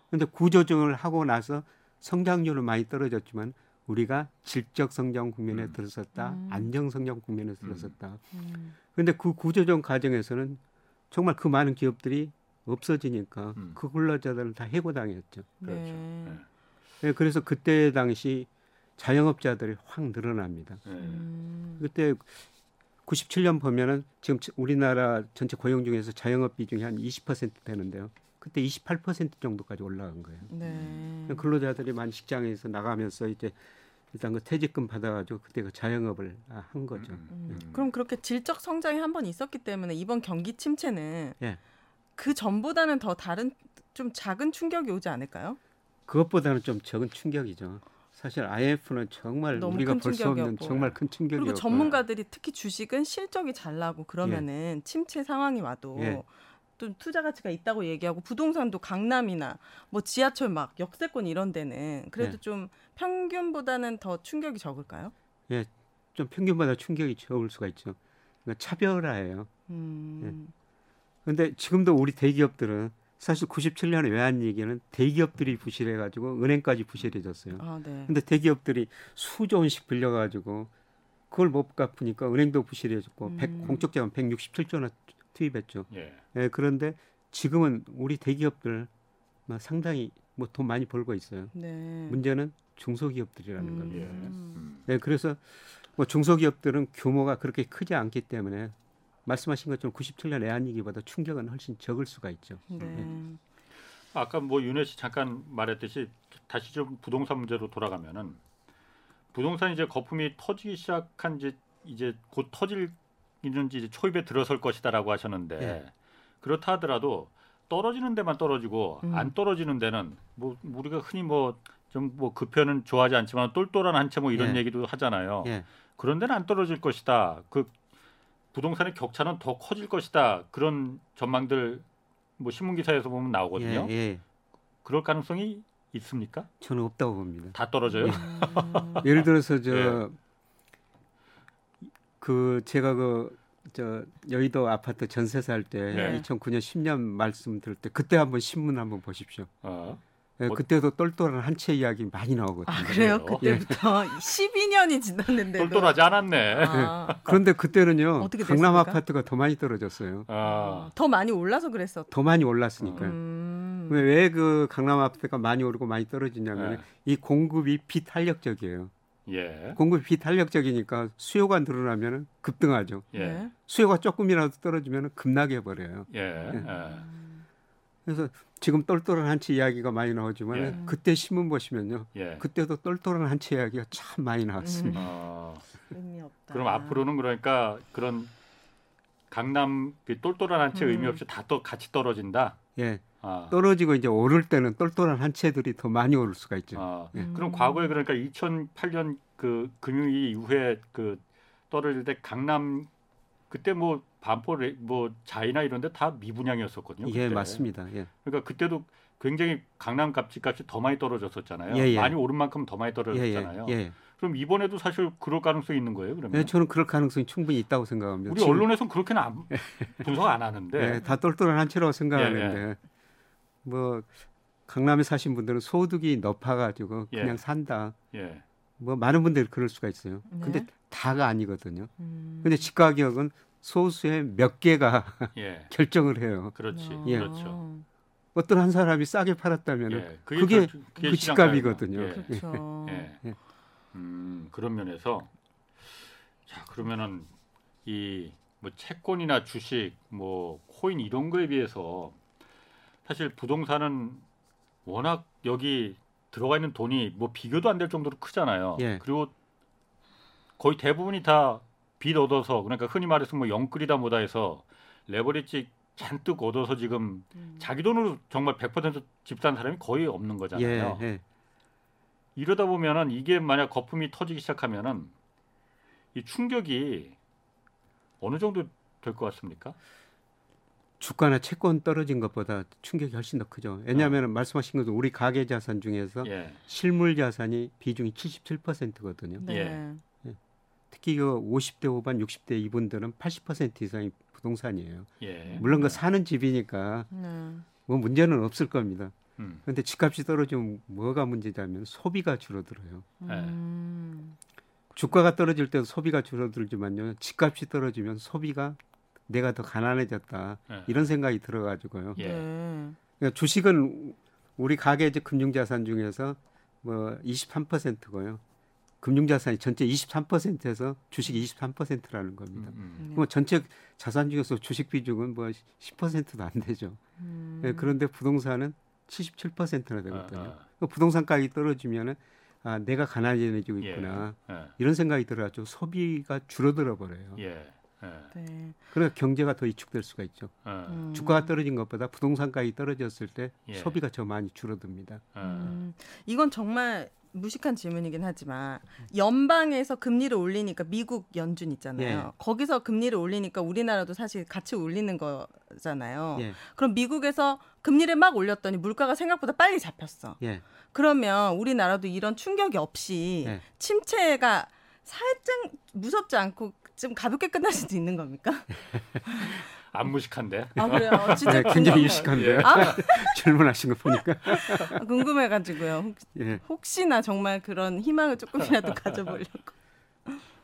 Speaker 3: 그런데 구조조정을 하고 나서 성장률은 많이 떨어졌지만 우리가 질적 성장 국면에
Speaker 2: 음.
Speaker 3: 들어섰다,
Speaker 4: 음.
Speaker 3: 안정 성장 국면에
Speaker 2: 음.
Speaker 3: 들어섰다.
Speaker 4: 음.
Speaker 3: 그런데 그 구조조정 과정에서는 정말 그 많은 기업들이 없어지니까
Speaker 2: 음.
Speaker 3: 그 근로자들은 다 해고당했죠.
Speaker 2: 그렇죠.
Speaker 4: 네.
Speaker 2: 예,
Speaker 3: 예, 그래서 그때 당시 자영업자들이 확 늘어납니다.
Speaker 2: 예,
Speaker 4: 음.
Speaker 3: 그때 97년 보면은 지금 치- 우리나라 전체 고용 중에서 자영업 비중이 한 20% 되는데요. 그때 28% 정도까지 올라간 거예요.
Speaker 4: 네.
Speaker 3: 근로자들이 많이 직장에서 나가면서 이제 일단 그 퇴직금 받아가지고 그때 그 자영업을 아, 한 거죠.
Speaker 4: 음.
Speaker 2: 음.
Speaker 4: 그럼 그렇게 질적 성장이 한 번 있었기 때문에 이번 경기 침체는
Speaker 3: 예.
Speaker 4: 그 전보다는 더 다른 좀 작은 충격이 오지 않을까요?
Speaker 3: 그것보다는 좀 적은 충격이죠. 사실 IMF는 정말
Speaker 4: 너무
Speaker 3: 우리가
Speaker 4: 큰
Speaker 3: 볼 수 없는
Speaker 4: 충격이었고.
Speaker 3: 정말 큰 충격이었고
Speaker 4: 그리고 전문가들이 특히 주식은 실적이 잘 나고 그러면은 침체 상황이 와도
Speaker 3: 예.
Speaker 4: 또 투자 가치가 있다고 얘기하고 부동산도 강남이나 뭐 지하철 막 역세권 이런 데는 그래도
Speaker 3: 예.
Speaker 4: 좀 평균보다는 더 충격이 적을까요?
Speaker 3: 좀 평균보다 충격이 적을 수가 있죠. 그러니까 차별화예요.
Speaker 4: 음.
Speaker 3: 근데 지금도 우리 대기업들은 사실 97년에 외환 위기는 대기업들이 부실해가지고 은행까지 부실해졌어요.
Speaker 4: 아, 네.
Speaker 3: 근데 대기업들이 수조 원씩 빌려가지고 그걸 못 갚으니까 은행도 부실해졌고
Speaker 4: 음.
Speaker 3: 100 공적 자금 167조 원 투입했죠.
Speaker 2: 예.
Speaker 3: 예, 그런데 지금은 우리 대기업들 막 상당히 뭐 돈 많이 벌고 있어요.
Speaker 4: 네.
Speaker 3: 문제는 중소기업들이라는
Speaker 4: 음.
Speaker 3: 겁니다.
Speaker 2: 예.
Speaker 4: 음.
Speaker 3: 예, 그래서 뭐 중소기업들은 규모가 그렇게 크지 않기 때문에 말씀하신 것처럼 97년 애한이기보다 충격은 훨씬 적을 수가 있죠.
Speaker 4: 네.
Speaker 2: 아까 뭐 윤혜 씨 잠깐 말했듯이 다시 좀 부동산 문제로 돌아가면은 부동산 이제 거품이 터지기 시작한 지 이제 곧 터질 있는지 이제 초입에 들어설 것이다라고 하셨는데
Speaker 3: 예.
Speaker 2: 그렇다 하더라도 떨어지는 데만 떨어지고
Speaker 4: 음.
Speaker 2: 안 떨어지는 데는 뭐 우리가 흔히 뭐 좀 뭐 급여는 좋아하지 않지만 똘똘한 한채 뭐 이런
Speaker 3: 예.
Speaker 2: 얘기도 하잖아요.
Speaker 3: 예.
Speaker 2: 그런 데는 안 떨어질 것이다. 그 부동산의 격차는 더 커질 것이다. 그런 전망들 뭐 신문 기사에서 보면 나오거든요.
Speaker 3: 예, 예.
Speaker 2: 그럴 가능성이 있습니까?
Speaker 3: 저는 없다고 봅니다.
Speaker 2: 다 떨어져요?
Speaker 3: 뭐
Speaker 4: 음.
Speaker 3: 예를 들어서
Speaker 2: 예.
Speaker 3: 저 그 제가 그 저 여의도 아파트 전세 살 때
Speaker 2: 네.
Speaker 3: 2009년 10년 말씀 들을 때 그때 한번 신문 한번 보십시오.
Speaker 2: 어.
Speaker 3: 예,
Speaker 2: 어.
Speaker 3: 그때도 똘똘한 한 채 이야기 많이 나오거든요.
Speaker 2: 네.
Speaker 4: 아, 그래요?
Speaker 2: 그래요? 어,
Speaker 4: 그때부터 12년이
Speaker 3: 네,
Speaker 4: 지났는데.
Speaker 2: 똘똘하지 예. 않았네.
Speaker 4: 아,
Speaker 3: 그런데 그때는요
Speaker 4: 어떻게
Speaker 3: 강남
Speaker 4: 됐습니까?
Speaker 3: 아파트가 더 많이 떨어졌어요.
Speaker 2: 아, 네.
Speaker 4: 더 많이 올라서 그랬었.
Speaker 3: 더 많이 올랐으니까요.
Speaker 4: 음.
Speaker 3: 왜 그 강남 아파트가 많이 오르고 많이 떨어지냐면
Speaker 2: 네.
Speaker 3: 이 공급이 비탄력적이에요.
Speaker 2: 예.
Speaker 3: 공급이 비탄력적이니까 수요가 늘어나면 급등하죠.
Speaker 2: 예. 예.
Speaker 4: 네.
Speaker 3: 수요가 조금이라도 떨어지면 급락해 버려요.
Speaker 2: 예.
Speaker 3: 네. 그래서 지금 똘똘한 한치 이야기가 많이 나오지만
Speaker 2: 예.
Speaker 3: 그때 신문 보시면요.
Speaker 2: 예.
Speaker 3: 그때도 똘똘한 한치 이야기가 참 많이 나왔습니다.
Speaker 2: 어,
Speaker 4: 의미 없다.
Speaker 2: 그럼 앞으로는 그러니까 그런 강남 그 똘똘한 한 채 의미
Speaker 4: 음.
Speaker 2: 없이 다 또 같이 떨어진다.
Speaker 3: 예.
Speaker 2: 아.
Speaker 3: 떨어지고 이제 오를 때는 똘똘한 한치들이 더 많이 오를 수가 있죠.
Speaker 2: 아.
Speaker 3: 예.
Speaker 4: 음.
Speaker 2: 그럼 과거에 그러니까 2008년 그 금융위기 이후에 그 떨어질 때 강남 그때 뭐 반포 레- 뭐 자이나 이런 데 다 미분양이었었거든요.
Speaker 3: 예,
Speaker 2: 그때.
Speaker 3: 맞습니다. 예.
Speaker 2: 그러니까 그때도 굉장히 강남 값집값이 더 많이 떨어졌었잖아요.
Speaker 3: 예, 예.
Speaker 2: 많이 오른 만큼 더 많이
Speaker 3: 예,
Speaker 2: 떨어졌잖아요.
Speaker 3: 예, 예.
Speaker 2: 그럼 이번에도 사실 그럴 가능성이 있는 거예요. 그러면
Speaker 3: 예, 저는 그럴 가능성이 충분히 있다고 생각합니다.
Speaker 2: 우리
Speaker 3: 지금,
Speaker 2: 언론에선 그렇게는 안, 분석 안 하는데
Speaker 3: 예, 다 똘똘한 한치라고 생각하는데
Speaker 2: 예,
Speaker 3: 뭐 강남에 사신 분들은 소득이 높아가지고
Speaker 2: 예.
Speaker 3: 그냥 산다.
Speaker 2: 예,
Speaker 3: 뭐 많은 분들이 그럴 수가 있어요. 근데
Speaker 4: 네.
Speaker 3: 다가 아니거든요.
Speaker 4: 음.
Speaker 3: 근데 집가 격은 소수의 몇 개가
Speaker 2: 예,
Speaker 3: 결정을 해요.
Speaker 2: 그렇지,
Speaker 4: 아.
Speaker 3: 예.
Speaker 2: 그렇죠.
Speaker 3: 어떤 한 사람이 싸게 팔았다면 은
Speaker 2: 예,
Speaker 3: 그게
Speaker 2: 결-
Speaker 3: 그
Speaker 2: 시장
Speaker 3: 집값이거든요.
Speaker 2: 가격이에요. 예.
Speaker 4: 그렇죠.
Speaker 2: 예.
Speaker 3: 예.
Speaker 2: 음, 그런 면에서 자 그러면은 이 뭐 채권이나 주식, 뭐 코인 이런 거에 비해서 사실 부동산은 워낙 여기 들어가 있는 돈이 뭐 비교도 안 될 정도로 크잖아요.
Speaker 3: 예.
Speaker 2: 그리고 거의 대부분이 다 빚 얻어서 그러니까 흔히 말해서 뭐 영끌이다 뭐다 해서 레버리지 잔뜩 얻어서 지금
Speaker 4: 음.
Speaker 2: 자기 돈으로 정말 100%집 산 사람이 거의 없는 거잖아요.
Speaker 3: 예, 예.
Speaker 2: 이러다 보면은 이게 만약 거품이 터지기 시작하면은 이 충격이 어느 정도 될 것 같습니까?
Speaker 3: 주가나 채권 떨어진 것보다 충격이 훨씬 더 크죠. 왜냐하면 말씀하신 것처럼 우리 가계 자산 중에서
Speaker 2: 어. 예.
Speaker 3: 실물 자산이 비중이 77%거든요.
Speaker 4: 네.
Speaker 2: 예.
Speaker 3: 특히 그 50대 후반, 60대 이분들은 80% 이상이 부동산이에요.
Speaker 2: 예.
Speaker 3: 물론 그 사는 집이니까
Speaker 4: 네.
Speaker 3: 뭐 문제는 없을 겁니다.
Speaker 2: 음.
Speaker 3: 그런데 집값이 떨어지면 뭐가 문제냐면 소비가 줄어들어요.
Speaker 4: 음.
Speaker 3: 주가가 떨어질 때도 소비가 줄어들지만요. 집값이 떨어지면 소비가 내가 더 가난해졌다.
Speaker 2: 예.
Speaker 3: 이런 생각이 들어가지고요.
Speaker 2: 예.
Speaker 4: 네.
Speaker 3: 그러니까 주식은 우리 가계 이제 금융자산 중에서 뭐 23%고요. 금융자산이 전체 23%에서 주식이 23%라는 겁니다.
Speaker 4: 네.
Speaker 2: 음.
Speaker 3: 뭐 전체 자산 중에서 주식 비중은 뭐 10%도 안 되죠.
Speaker 4: 음.
Speaker 3: 예, 그런데 부동산은 77%나
Speaker 2: 아,
Speaker 3: 되거든요.
Speaker 2: 아,
Speaker 3: 그 부동산 가격이 떨어지면은 아, 내가 가난해지고
Speaker 2: 예.
Speaker 3: 있구나.
Speaker 2: 예.
Speaker 3: 이런 생각이 들어가지고 소비가 줄어들어 버려요.
Speaker 2: 예. 예.
Speaker 4: 네.
Speaker 3: 그래서 경제가 더 위축될 수가 있죠.
Speaker 2: 어,
Speaker 4: 음.
Speaker 3: 주가가 떨어진 것보다 부동산 가격이 떨어졌을 때
Speaker 2: 예.
Speaker 3: 소비가 더 많이 줄어듭니다.
Speaker 2: 어.
Speaker 4: 음, 이건 정말 무식한 질문이긴 하지만 연방에서 금리를 올리니까 미국 연준 있잖아요.
Speaker 3: 예.
Speaker 4: 거기서 금리를 올리니까 우리나라도 사실 같이 올리는
Speaker 2: 어.
Speaker 4: 거잖아요.
Speaker 3: 예,
Speaker 4: 그럼 미국에서 금리를 막 올렸더니 물가가 생각보다 빨리 잡혔어.
Speaker 3: 예,
Speaker 4: 그러면 우리나라도 이런 충격이 없이
Speaker 3: 예.
Speaker 4: 침체가 살짝 무섭지 않고 좀 가볍게 끝날 수도 있는 겁니까?
Speaker 2: 안 무식한데. 예.
Speaker 4: 아 그래요.
Speaker 3: 네,
Speaker 4: 진짜
Speaker 3: 굉장히
Speaker 4: 궁금해요.
Speaker 3: 유식한데요.
Speaker 4: 아.
Speaker 3: 질문하신 거 보니까.
Speaker 4: 아, 궁금해가지고요. 혹-
Speaker 3: 예.
Speaker 4: 혹시나 정말 그런 희망을 조금이라도 가져보려고.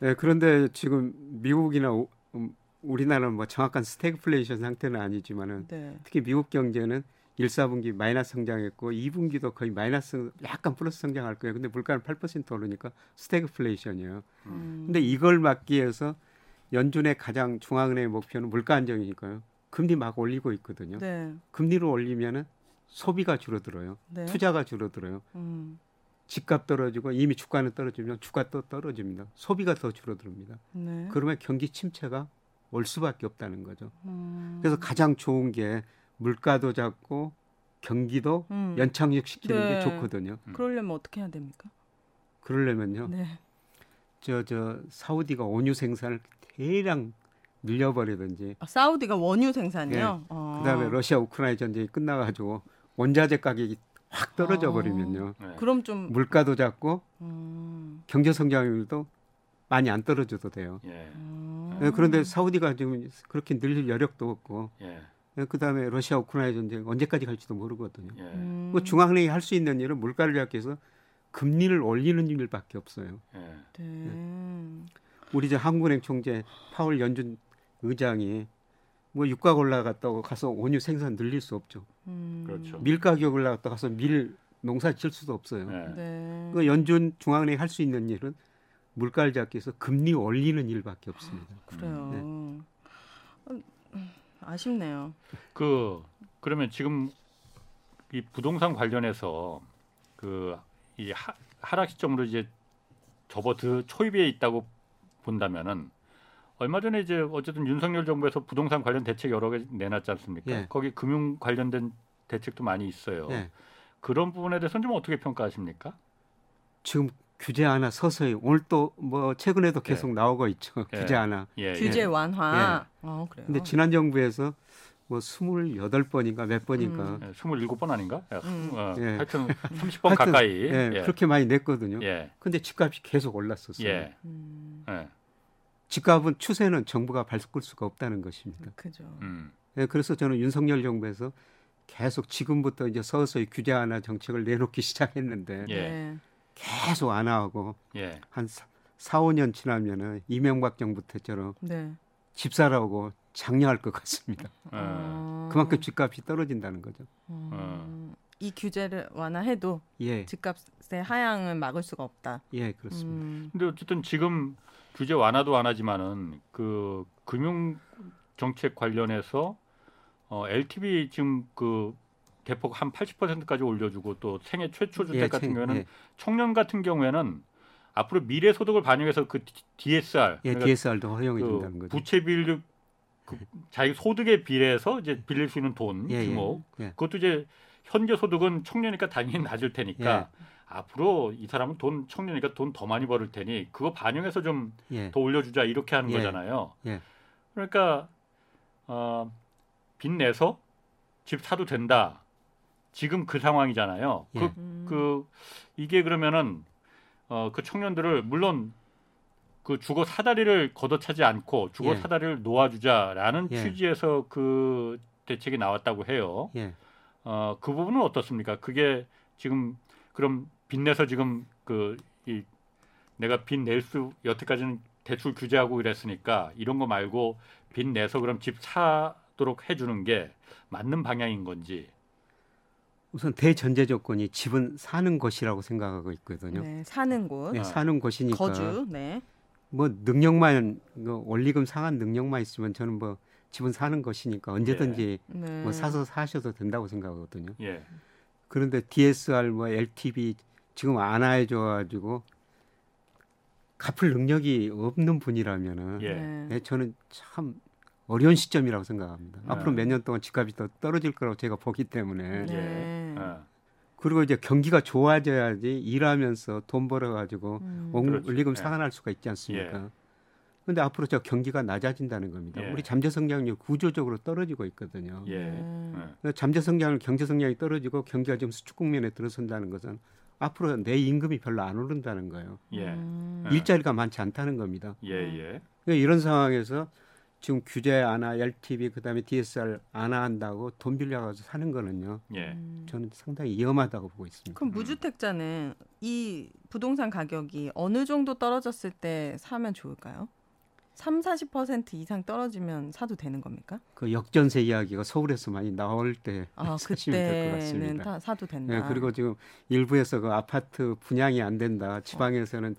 Speaker 3: 예, 그런데 지금 미국이나 오- 음, 우리나라는 뭐 정확한 스태그플레이션 상태는 아니지만은
Speaker 4: 네.
Speaker 3: 특히 미국 경제는 1, 4분기 마이너스 성장했고 2분기도 거의 마이너스 약간 플러스 성장할 거예요. 근데 물가는 8% 오르니까 스태그플레이션이에요.
Speaker 4: 음.
Speaker 3: 근데 이걸 막기 위해서 연준의 가장 중앙은행의 목표는 물가 안정이니까요. 금리 막 올리고 있거든요.
Speaker 4: 네.
Speaker 3: 금리를 올리면은 소비가 줄어들어요.
Speaker 4: 네.
Speaker 3: 투자가 줄어들어요.
Speaker 4: 음.
Speaker 3: 집값 떨어지고 이미 주가는 떨어지면 주가 또 떨어집니다. 소비가 더 줄어듭니다.
Speaker 4: 네.
Speaker 3: 그러면 경기 침체가 올 수밖에 없다는 거죠.
Speaker 4: 음.
Speaker 3: 그래서 가장 좋은 게 물가도 잡고 경기도
Speaker 4: 음.
Speaker 3: 연착륙 시키는
Speaker 4: 네.
Speaker 3: 게 좋거든요.
Speaker 2: 음.
Speaker 4: 그러려면 어떻게 해야 됩니까?
Speaker 3: 그러려면요.
Speaker 4: 네.
Speaker 3: 저 저 사우디가 원유 생산을 대량 늘려버리든지
Speaker 4: 아, 사우디가 원유 생산이요. 어.
Speaker 3: 네. 그다음에 러시아 우크라이나 전쟁이 끝나가지고 원자재 가격이 확 떨어져
Speaker 4: 어.
Speaker 3: 버리면요.
Speaker 2: 네.
Speaker 4: 그럼 좀
Speaker 3: 물가도 잡고
Speaker 4: 음.
Speaker 3: 경제 성장률도 많이 안 떨어져도 돼요.
Speaker 2: 예.
Speaker 4: 음.
Speaker 3: 예, 그런데 사우디가 지금 그렇게 늘릴 여력도 없고
Speaker 2: 예.
Speaker 3: 예, 그다음에 러시아 우크라이나 전쟁 언제까지 갈지도 모르거든요.
Speaker 2: 예.
Speaker 4: 음.
Speaker 3: 그 중앙은행이 할 수 있는 일은 물가를 잡기 위해서 금리를 올리는 일밖에 없어요.
Speaker 2: 예.
Speaker 4: 네.
Speaker 3: 우리 저 한국은행 총재 파월 연준 의장이 뭐 유가 올라갔다고 가서 원유 생산 늘릴 수 없죠.
Speaker 4: 음.
Speaker 2: 그렇죠.
Speaker 3: 밀 가격 올라갔다고 가서 밀 농사 지을 수도 없어요.
Speaker 2: 예.
Speaker 4: 네.
Speaker 3: 그 연준 중앙은행이 할 수 있는 일은 물가를 잡기 위해서 금리 올리는 일밖에 없습니다.
Speaker 4: 그래요.
Speaker 3: 네.
Speaker 4: 음, 아쉽네요.
Speaker 2: 그 그러면 지금 이 부동산 관련해서 그 이 하락 시점으로 이제 접어들 초입에 있다고 본다면은 얼마 전에 이제 어쨌든 윤석열 정부에서 부동산 관련 대책 여러 개 내놨지 않습니까?
Speaker 3: 예.
Speaker 2: 거기 금융 관련된 대책도 많이
Speaker 4: 그렇죠.
Speaker 2: 있어요.
Speaker 3: 예.
Speaker 2: 그런 부분에 대해서는 좀 어떻게 평가하십니까?
Speaker 3: 지금 규제 하나 서서히 오늘 또 뭐 최근에도
Speaker 4: 네.
Speaker 3: 계속 나오고 있죠.
Speaker 2: 예.
Speaker 3: 규제 하나.
Speaker 2: 예,
Speaker 4: 규제
Speaker 2: 예.
Speaker 4: 완화. 어 그래요.
Speaker 3: 네. 근데 지난 정부에서 뭐 28번인가 몇 번인가
Speaker 2: 예, 27번 아닌가? 예,
Speaker 4: 음.
Speaker 2: 어,
Speaker 3: 예.
Speaker 2: 하여튼 30번
Speaker 3: 하여튼,
Speaker 2: 가까이.
Speaker 3: 예,
Speaker 2: 예.
Speaker 3: 그렇게 많이 냈거든요.
Speaker 2: 예.
Speaker 3: 근데 집값이 계속 올랐었어요.
Speaker 2: 예.
Speaker 4: 음,
Speaker 2: 예.
Speaker 3: 집값은 추세는 정부가 바꿀 수가 없다는 것입니다.
Speaker 4: 그죠.
Speaker 2: 음.
Speaker 3: 예, 그래서 저는 윤석열 정부에서 계속 지금부터 이제 서서히 규제 하나 정책을 내놓기 시작했는데
Speaker 2: 예.
Speaker 4: 네.
Speaker 3: 계속 안 하고
Speaker 2: 예.
Speaker 3: 한 4, 5년 지나면은 이명박 정부 때처럼
Speaker 4: 네.
Speaker 3: 집사라고 장려할 것 같습니다.
Speaker 2: 어,
Speaker 4: 어,
Speaker 3: 그만큼 집값이 떨어진다는 거죠.
Speaker 4: 음,
Speaker 2: 어.
Speaker 4: 이 규제를 완화해도
Speaker 3: 예,
Speaker 4: 집값의 하향은 막을 수가 없다.
Speaker 3: 예, 그렇습니다.
Speaker 4: 음,
Speaker 2: 근데 어쨌든 지금 규제 완화도 안 하지만은 그 금융 정책 관련해서 어, LTV 지금 그 대폭 한 80%까지 올려주고 또 생애 최초 주택
Speaker 3: 예,
Speaker 2: 같은
Speaker 3: 책-
Speaker 2: 경우에는
Speaker 3: 예,
Speaker 2: 청년 같은 경우에는 앞으로 미래 소득을 반영해서 그 DSR
Speaker 3: 예, DSR도 허용해 준다는
Speaker 2: 그러니까 그
Speaker 3: 거죠.
Speaker 2: 부채 비율 그 자기 소득에 비례해서 이제 빌릴 수 있는 돈
Speaker 3: 예, 예.
Speaker 2: 규모
Speaker 3: 예.
Speaker 2: 그것도 이제 현재 소득은 청년이니까 당연히 낮을 테니까
Speaker 3: 예.
Speaker 2: 앞으로 이 사람은 돈 청년이니까 돈 더 많이 벌을 테니 그거 반영해서 좀 더
Speaker 3: 예,
Speaker 2: 올려주자 이렇게 하는
Speaker 3: 예.
Speaker 2: 거잖아요.
Speaker 3: 예.
Speaker 2: 그러니까 어, 빚 내서 집 사도 된다. 지금 그 상황이잖아요.
Speaker 3: 예.
Speaker 2: 그,
Speaker 4: 음,
Speaker 2: 그 이게 그러면은 어, 그 청년들을 물론 그 주거 사다리를 걷어차지 않고 주거
Speaker 3: 예.
Speaker 2: 사다리를 놓아주자라는
Speaker 3: 예.
Speaker 2: 취지에서 그 대책이 나왔다고 해요.
Speaker 3: 예.
Speaker 2: 어, 그 부분은 어떻습니까? 그게 지금 그럼 빚내서 지금 그 이, 내가 빚 낼 수 여태까지는 대출 규제하고 이랬으니까 이런 거 말고 빚 내서 그럼 집 사도록 해주는 게 맞는 방향인 건지.
Speaker 3: 우선 대전제 조건이 집은 사는 곳이라고 생각하고 있거든요.
Speaker 4: 네, 사는 곳,
Speaker 3: 네,
Speaker 2: 아.
Speaker 3: 사는 곳이니까
Speaker 4: 거주, 네,
Speaker 3: 뭐 능력만 그 원리금 상한 능력만 있으면 저는 뭐 집은 사는 것이니까 언제든지
Speaker 4: 네.
Speaker 3: 뭐 사서 사셔도 된다고 생각하거든요.
Speaker 2: 예,
Speaker 3: 그런데 DSR 뭐 LTV 지금 안 해줘 가지고 갚을 능력이 없는 분이라면은
Speaker 2: 예.
Speaker 4: 네.
Speaker 3: 예, 저는 참 어려운 시점이라고
Speaker 2: 네.
Speaker 3: 생각합니다. 앞으로 몇 년 동안 집값이 더 떨어질 거라고 제가 보기 때문에
Speaker 4: 네.
Speaker 2: 예.
Speaker 3: 아.
Speaker 2: 어,
Speaker 3: 그리고 이제 경기가 좋아져야지 일하면서 돈 벌어 가지고
Speaker 4: 음,
Speaker 3: 원-
Speaker 2: 그렇죠.
Speaker 3: 원리금
Speaker 2: 예.
Speaker 3: 상환할 수가 있지 않습니까? 그런데 앞으로 저 경기가 낮아진다는 겁니다.
Speaker 2: 예.
Speaker 3: 우리 잠재 성장률 구조적으로 떨어지고 있거든요.
Speaker 2: 예,
Speaker 4: 네.
Speaker 2: 어,
Speaker 3: 그러니까 잠재 성장률, 경제 성장이 떨어지고 경기가 지금 수축 국면에 들어선다는 것은 앞으로 내 임금이 별로 안 오른다는 거예요. 아,
Speaker 2: 예,
Speaker 4: 음,
Speaker 2: 예.
Speaker 3: 일자리가 많지 않다는 겁니다.
Speaker 2: 예, 예,
Speaker 3: 그러니까 이런 상황에서 지금 규제 안 하, LTV 그다음에 DSR 안 한다고 돈 빌려가지고 사는 거는요.
Speaker 2: 예.
Speaker 3: 저는 상당히 위험하다고 보고 있습니다.
Speaker 4: 그럼 무주택자는 이 부동산 가격이 어느 정도 떨어졌을 때 사면 좋을까요? 3, 40% 이상 떨어지면 사도 되는 겁니까?
Speaker 3: 그 역전세 이야기가 서울에서 많이 나올 때
Speaker 4: 아,
Speaker 3: 사시면 될 것
Speaker 4: 그때는
Speaker 3: 같습니다.
Speaker 4: 다 사도 된다.
Speaker 3: 예, 그리고 지금 일부에서 그 아파트 분양이 안 된다. 지방에서는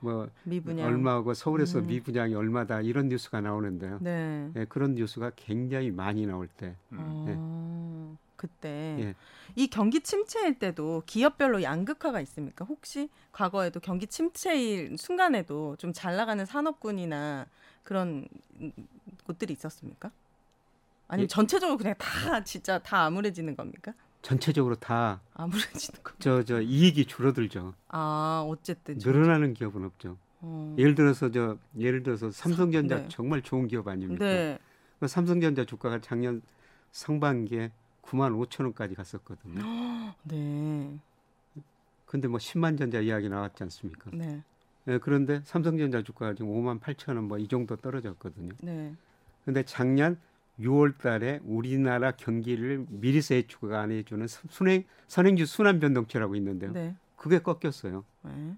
Speaker 3: 뭐
Speaker 4: 어. 미분양.
Speaker 3: 얼마고 서울에서
Speaker 4: 음.
Speaker 3: 미분양이 얼마다 이런 뉴스가 나오는데요.
Speaker 4: 네.
Speaker 3: 예, 그런 뉴스가 굉장히 많이 나올 때
Speaker 2: 음.
Speaker 4: 어, 그때
Speaker 3: 예.
Speaker 4: 이 경기 침체일 때도 기업별로 양극화가 있습니까? 혹시 과거에도 경기 침체일 순간에도 좀 잘 나가는 산업군이나 그런 음, 곳들이 있었습니까? 아니면
Speaker 3: 예.
Speaker 4: 전체적으로 그냥 다 진짜 다 암울해지는 겁니까?
Speaker 3: 전체적으로 다 저 저
Speaker 4: 암울해지는 거.
Speaker 3: 이익이 줄어들죠.
Speaker 4: 아 어쨌든 좀-
Speaker 3: 늘어나는 기업은 없죠.
Speaker 4: 어.
Speaker 3: 예를 들어서 저 예를 들어서 삼성전자
Speaker 4: 네.
Speaker 3: 정말 좋은 기업 아닙니까?
Speaker 4: 네.
Speaker 3: 그 삼성전자 주가가 작년 상반기에 9만 5천 원까지 갔었거든요.
Speaker 4: 네.
Speaker 3: 근데 뭐 10만 전자 이야기 나왔지 않습니까?
Speaker 4: 네.
Speaker 3: 예, 그런데 삼성전자 주가가 지금 5만 8천 원 뭐 이 정도 떨어졌거든요.
Speaker 4: 네.
Speaker 3: 근데 작년 6월 달에 우리나라 경기를 미리세 주가 안 해주는 선- 순행, 선행주 순환 변동체라고 있는데요.
Speaker 4: 네.
Speaker 3: 그게 꺾였어요.
Speaker 4: 네.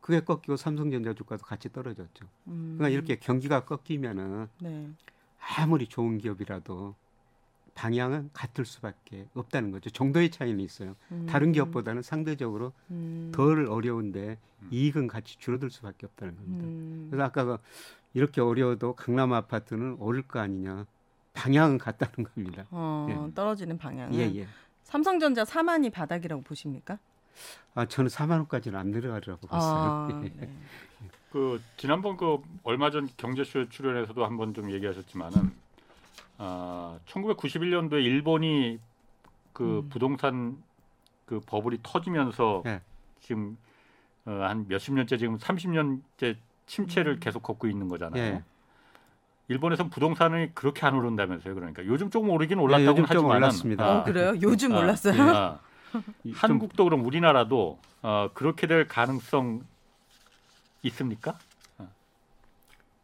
Speaker 3: 그게 꺾이고 삼성전자 주가도 같이 떨어졌죠.
Speaker 4: 음,
Speaker 3: 그러니까 이렇게 경기가 꺾이면은
Speaker 4: 네.
Speaker 3: 아무리 좋은 기업이라도 방향은 같을 수밖에 없다는 거죠. 정도의 차이는 있어요.
Speaker 4: 음,
Speaker 3: 다른 기업보다는 상대적으로
Speaker 4: 음,
Speaker 3: 덜 어려운데 이익은 같이 줄어들 수밖에 없다는 겁니다.
Speaker 4: 음,
Speaker 3: 그래서 아까 그 이렇게 어려워도 강남 아파트는 오를 거 아니냐. 방향은 같다는 겁니다.
Speaker 4: 어, 떨어지는 방향은
Speaker 3: 예, 예.
Speaker 4: 삼성전자 4만이 바닥이라고 보십니까?
Speaker 3: 아, 저는 4만 원까지는 안 내려가리라고
Speaker 4: 아,
Speaker 3: 봤어요. 예.
Speaker 4: 네.
Speaker 2: 그 지난번 그 얼마 전 경제쇼에 출연해서도 한번 좀 얘기하셨지만은 아 1991년도에 일본이 그
Speaker 4: 음.
Speaker 2: 부동산 그 버블이 터지면서
Speaker 3: 예.
Speaker 2: 지금 어, 한 몇십 년째 지금 30년째 침체를 계속 걷고 있는 거잖아요.
Speaker 3: 음. 예.
Speaker 2: 일본에선 부동산이 그렇게 안 오른다면서요. 그러니까 요즘 조금 오르긴 올랐다고는
Speaker 3: 예, 요즘 좀
Speaker 2: 하지만
Speaker 3: 올랐습니다.
Speaker 4: 어, 그래요? 요즘
Speaker 2: 아,
Speaker 4: 몰랐어요.
Speaker 2: 아,
Speaker 3: 이- 좀
Speaker 2: 한국도 그럼 우리나라도 어, 그렇게 될 가능성 있습니까?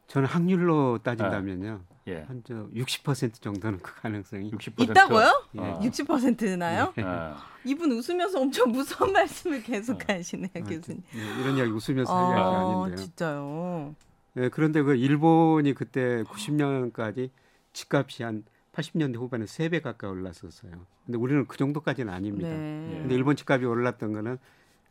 Speaker 3: 저는 확률로 따진다면요.
Speaker 2: 예.
Speaker 3: 한 저 60% 정도는 그 가능성이
Speaker 2: 60%
Speaker 4: 있다고요?
Speaker 3: 예.
Speaker 2: 아.
Speaker 4: 60%나요?
Speaker 2: 아,
Speaker 4: 이분 웃으면서 엄청 무서운 말씀을 계속 하시네요,
Speaker 3: 아,
Speaker 4: 교수님.
Speaker 3: 예, 이런 이야기 웃으면서 할 이야기가
Speaker 4: 아,
Speaker 3: 아닌데요.
Speaker 4: 진짜요.
Speaker 3: 예, 그런데 그 일본이 그때 90년까지 집값이 한 80년대 후반에 세 배 가까이 올랐었어요. 근데 우리는 그 정도까지는 아닙니다. 예.
Speaker 4: 네.
Speaker 3: 근데 일본 집값이 올랐던 거는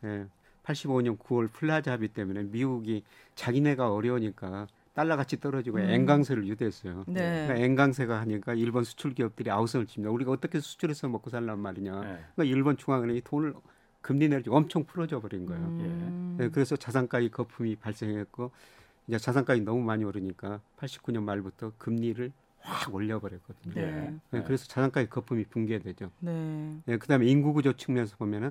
Speaker 3: 예, 85년 9월 플라자 합의 때문에 미국이 자기네가 어려우니까 달러 같이 떨어지고
Speaker 4: 음.
Speaker 3: 엔강세를 유도했어요.
Speaker 4: 네.
Speaker 3: 그러니까 엔강세가 하니까 일본 수출 기업들이 아우성을 칩니다. 우리가 어떻게 수출해서 뭐 먹고 살란 말이냐.
Speaker 4: 네.
Speaker 2: 예.
Speaker 3: 그러니까 일본 중앙은행이 돈을 금리 내리지 엄청 풀어져 버린 거예요.
Speaker 4: 음,
Speaker 3: 예, 그래서 자산가의 거품이 발생했고 이제 자산가이 너무 많이 오르니까 89년 말부터 금리를 확 올려버렸거든요.
Speaker 4: 네.
Speaker 2: 예.
Speaker 3: 예, 그래서 자산가의 거품이 붕괴되죠.
Speaker 4: 네.
Speaker 3: 예, 그다음에 인구 구조 측면에서 보면은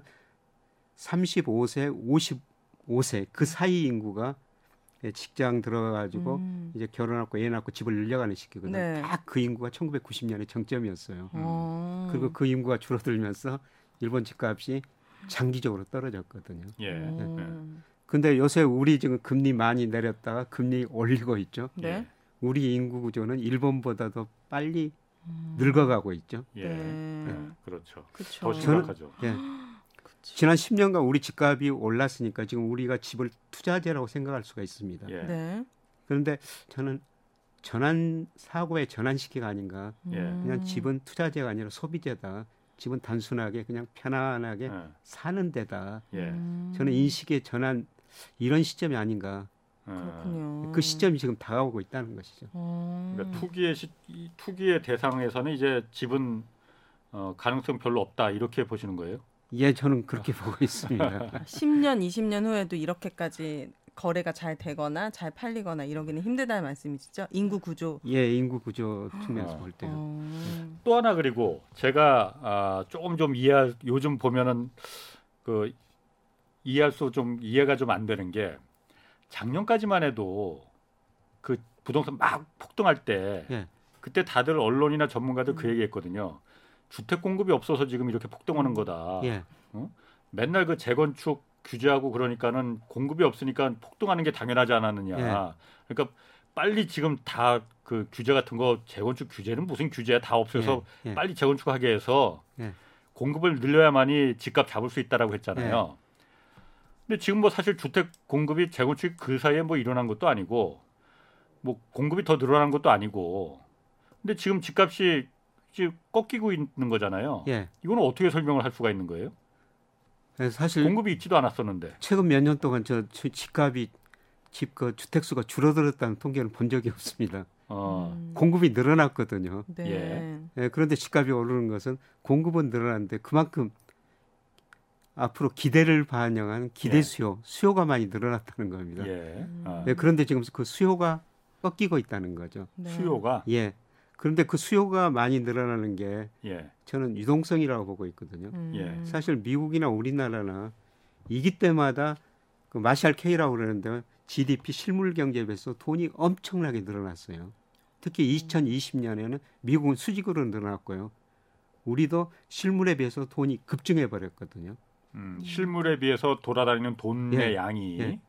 Speaker 3: 35세, 55세 그 사이 인구가 예, 직장 들어가지고
Speaker 4: 음,
Speaker 3: 이제 결혼하고 애 낳고 집을 늘려가는 시기거든요.
Speaker 4: 네.
Speaker 3: 다 그 인구가 1990년에 정점이었어요.
Speaker 4: 어,
Speaker 3: 예. 음. 그리고 그 인구가 줄어들면서 일본 집값이 장기적으로 떨어졌거든요.
Speaker 2: 예. 예.
Speaker 4: 어,
Speaker 3: 근데 요새 우리 지금 금리 많이 내렸다가 금리 올리고 있죠.
Speaker 4: 네.
Speaker 3: 우리 인구 구조는 일본보다도 빨리
Speaker 4: 음.
Speaker 3: 늙어가고 있죠.
Speaker 2: 예.
Speaker 4: 네.
Speaker 2: 예. 그렇죠. 더
Speaker 4: 그렇죠.
Speaker 2: 심각하죠.
Speaker 3: 예. 지난 10년간 우리 집값이 올랐으니까 지금 우리가 집을 투자재라고 생각할 수가 있습니다.
Speaker 2: 예.
Speaker 4: 네.
Speaker 3: 그런데 저는 전환 사고의 전환 시기가 아닌가.
Speaker 2: 예.
Speaker 3: 그냥
Speaker 4: 음.
Speaker 3: 집은 투자재가 아니라 소비재다. 집은 단순하게 그냥 편안하게
Speaker 2: 예.
Speaker 3: 사는 데다.
Speaker 2: 예.
Speaker 4: 음,
Speaker 3: 저는 인식의 전환 이런 시점이 아닌가.
Speaker 2: 어,
Speaker 4: 그렇군요.
Speaker 3: 그 시점이 지금 다가오고 있다는 것이죠.
Speaker 4: 어,
Speaker 2: 그러니까 투기의 시, 이 투기의 대상에서는 이제 집은 어, 가능성 별로 없다 이렇게 보시는 거예요?
Speaker 3: 예, 저는 그렇게 보고 있습니다.
Speaker 4: 10년, 20년 후에도 이렇게까지 거래가 잘 되거나 잘 팔리거나 이러기는 힘들다는 말씀이시죠? 인구 구조.
Speaker 3: 예, 인구 구조 측면에서
Speaker 2: 아.
Speaker 3: 볼 때요.
Speaker 4: 어,
Speaker 2: 또 하나 그리고 제가 아, 조금 좀 이해할 요즘 보면은 그 이해할 수 좀 이해가 좀 안 되는 게 작년까지만 해도 그 부동산 막 폭등할 때
Speaker 3: 예. 음.
Speaker 2: 그때 다들 언론이나 전문가들 그 얘기했거든요. 주택 공급이 없어서 지금 이렇게 폭등하는
Speaker 4: 어.
Speaker 2: 거다.
Speaker 3: 예,
Speaker 2: 맨날 그 재건축 규제하고 그러니까는 공급이 없으니까 폭등하는 게 당연하지 않았느냐.
Speaker 3: 예.
Speaker 2: 그러니까 빨리 지금 다 그 규제 같은 거 재건축 규제는 무슨 규제야 다 없어서
Speaker 3: 예, 예.
Speaker 2: 빨리 재건축하게 해서
Speaker 3: 예.
Speaker 2: 공급을 늘려야만이 집값 잡을 수 있다라고 했잖아요.
Speaker 3: 예.
Speaker 2: 근데 지금 뭐 사실 주택 공급이 재건축 그 사이에 뭐 일어난 것도 아니고 뭐 공급이 더 늘어난 것도 아니고 근데 지금 집값이 지금 꺾이고 있는 거잖아요.
Speaker 3: 예.
Speaker 2: 이거는 어떻게 설명을 할 수가 있는 거예요?
Speaker 3: 그래서 사실
Speaker 2: 공급이 있지도 않았었는데.
Speaker 3: 최근 몇 년 동안 저 주- 집값이 집 그 주택 수가 줄어들었다는 통계는 본 적이 없습니다.
Speaker 2: 어.
Speaker 4: 음,
Speaker 3: 공급이 늘어났거든요.
Speaker 4: 네.
Speaker 2: 예.
Speaker 3: 예, 그런데 집값이 오르는 것은 공급은 늘어났는데 그만큼 앞으로 기대를 반영한 기대
Speaker 2: 예.
Speaker 3: 수요, 수요가 많이 늘어났다는 겁니다.
Speaker 2: 예. 아,
Speaker 3: 예, 그런데 지금 그 수요가 꺾이고 있다는 거죠.
Speaker 4: 네.
Speaker 2: 수요가
Speaker 3: 예. 그런데 그 수요가 많이 늘어나는 게
Speaker 2: 예.
Speaker 3: 저는 유동성이라고 보고 있거든요.
Speaker 4: 음,
Speaker 2: 예.
Speaker 3: 사실 미국이나 우리나라나 이기 때마다 그 마샬 K라고 그러는데 GDP 실물 경제에 비해서 돈이 엄청나게 늘어났어요.
Speaker 2: 음.
Speaker 3: 특히 2020년에는 미국은 수직으로 늘어났고요. 우리도 실물에 비해서 돈이 급증해 버렸거든요.
Speaker 2: 음, 실물에 비해서 돌아다니는 돈의
Speaker 3: 예.
Speaker 2: 양이
Speaker 3: 예.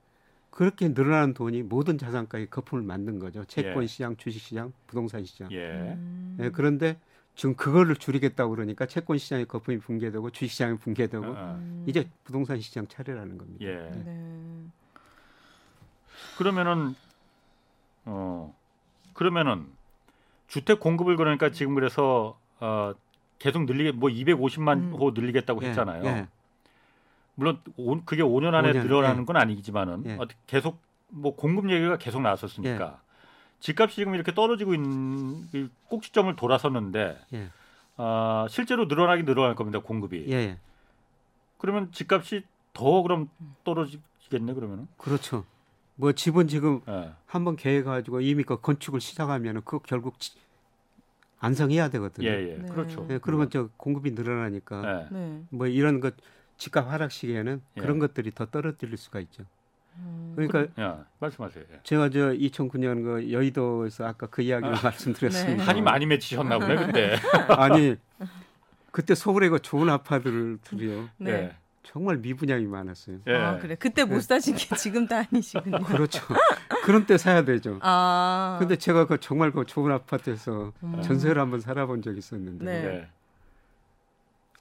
Speaker 3: 그렇게 늘어난 돈이 모든 자산가의 거품을 만든 거죠. 채권
Speaker 2: 예.
Speaker 3: 시장, 주식 시장, 부동산 시장.
Speaker 2: 예.
Speaker 4: 음,
Speaker 3: 예, 그런데 지금 그거를 줄이겠다고 그러니까 채권 시장의 거품이 붕괴되고 주식 시장이 붕괴되고
Speaker 2: 어,
Speaker 4: 음,
Speaker 3: 이제 부동산 시장 차례라는 겁니다.
Speaker 2: 예.
Speaker 4: 네.
Speaker 2: 그러면은 어 그러면은 주택 공급을 그러니까 지금 그래서 어 계속 늘리게 뭐 250만
Speaker 4: 음.
Speaker 2: 호 늘리겠다고
Speaker 3: 예,
Speaker 2: 했잖아요.
Speaker 3: 예.
Speaker 2: 물론 오- 그게 5년 안에
Speaker 3: 5년,
Speaker 2: 늘어나는
Speaker 3: 예.
Speaker 2: 건 아니지만은
Speaker 3: 예.
Speaker 2: 어떻게 계속 뭐 공급 얘기가 계속 나왔었으니까 집값이 지금 이렇게 떨어지고 있는 이 꼭지점을 돌아섰는데
Speaker 3: 예.
Speaker 2: 아 실제로 늘어나긴 늘어날 겁니다 공급이.
Speaker 3: 예, 예.
Speaker 2: 그러면 집값이 더 그럼 떨어지겠네 그러면은.
Speaker 3: 그렇죠. 뭐 집은 지금
Speaker 2: 예.
Speaker 3: 한번 계획가지고 이미 그 건축을 시작하면은 그거 결국 지- 안성해야 되거든요.
Speaker 2: 예, 예.
Speaker 4: 네.
Speaker 2: 그렇죠.
Speaker 3: 예, 그러면 저 공급이 늘어나니까
Speaker 2: 예.
Speaker 4: 네.
Speaker 3: 뭐 이런 것 집값 하락 시기에는
Speaker 2: 예.
Speaker 3: 그런 것들이 더 떨어뜨릴 수가 있죠.
Speaker 4: 음,
Speaker 3: 그러니까
Speaker 2: 예. 말씀하세요. 예.
Speaker 3: 제가 저 2009년 그 여의도에서 아까 그 이야기를
Speaker 4: 네. 음.
Speaker 3: 말씀드렸습니다.
Speaker 2: 한이 많이 맺히셨나 보네 그때.
Speaker 3: 아니 그때 서울에 그 좋은 아파트들이요
Speaker 4: 네.
Speaker 3: 정말 미분양이 많았어요.
Speaker 2: 예.
Speaker 4: 아 그래. 그때 못 사신 게 지금 다 아니시군요.
Speaker 3: 그렇죠. 그런 때 사야 되죠.
Speaker 4: 아.
Speaker 3: 근데 제가 그 정말 그 좋은 아파트에서
Speaker 4: 음.
Speaker 3: 전세를 한번 살아본 적이 있었는데
Speaker 2: 예.
Speaker 4: 네.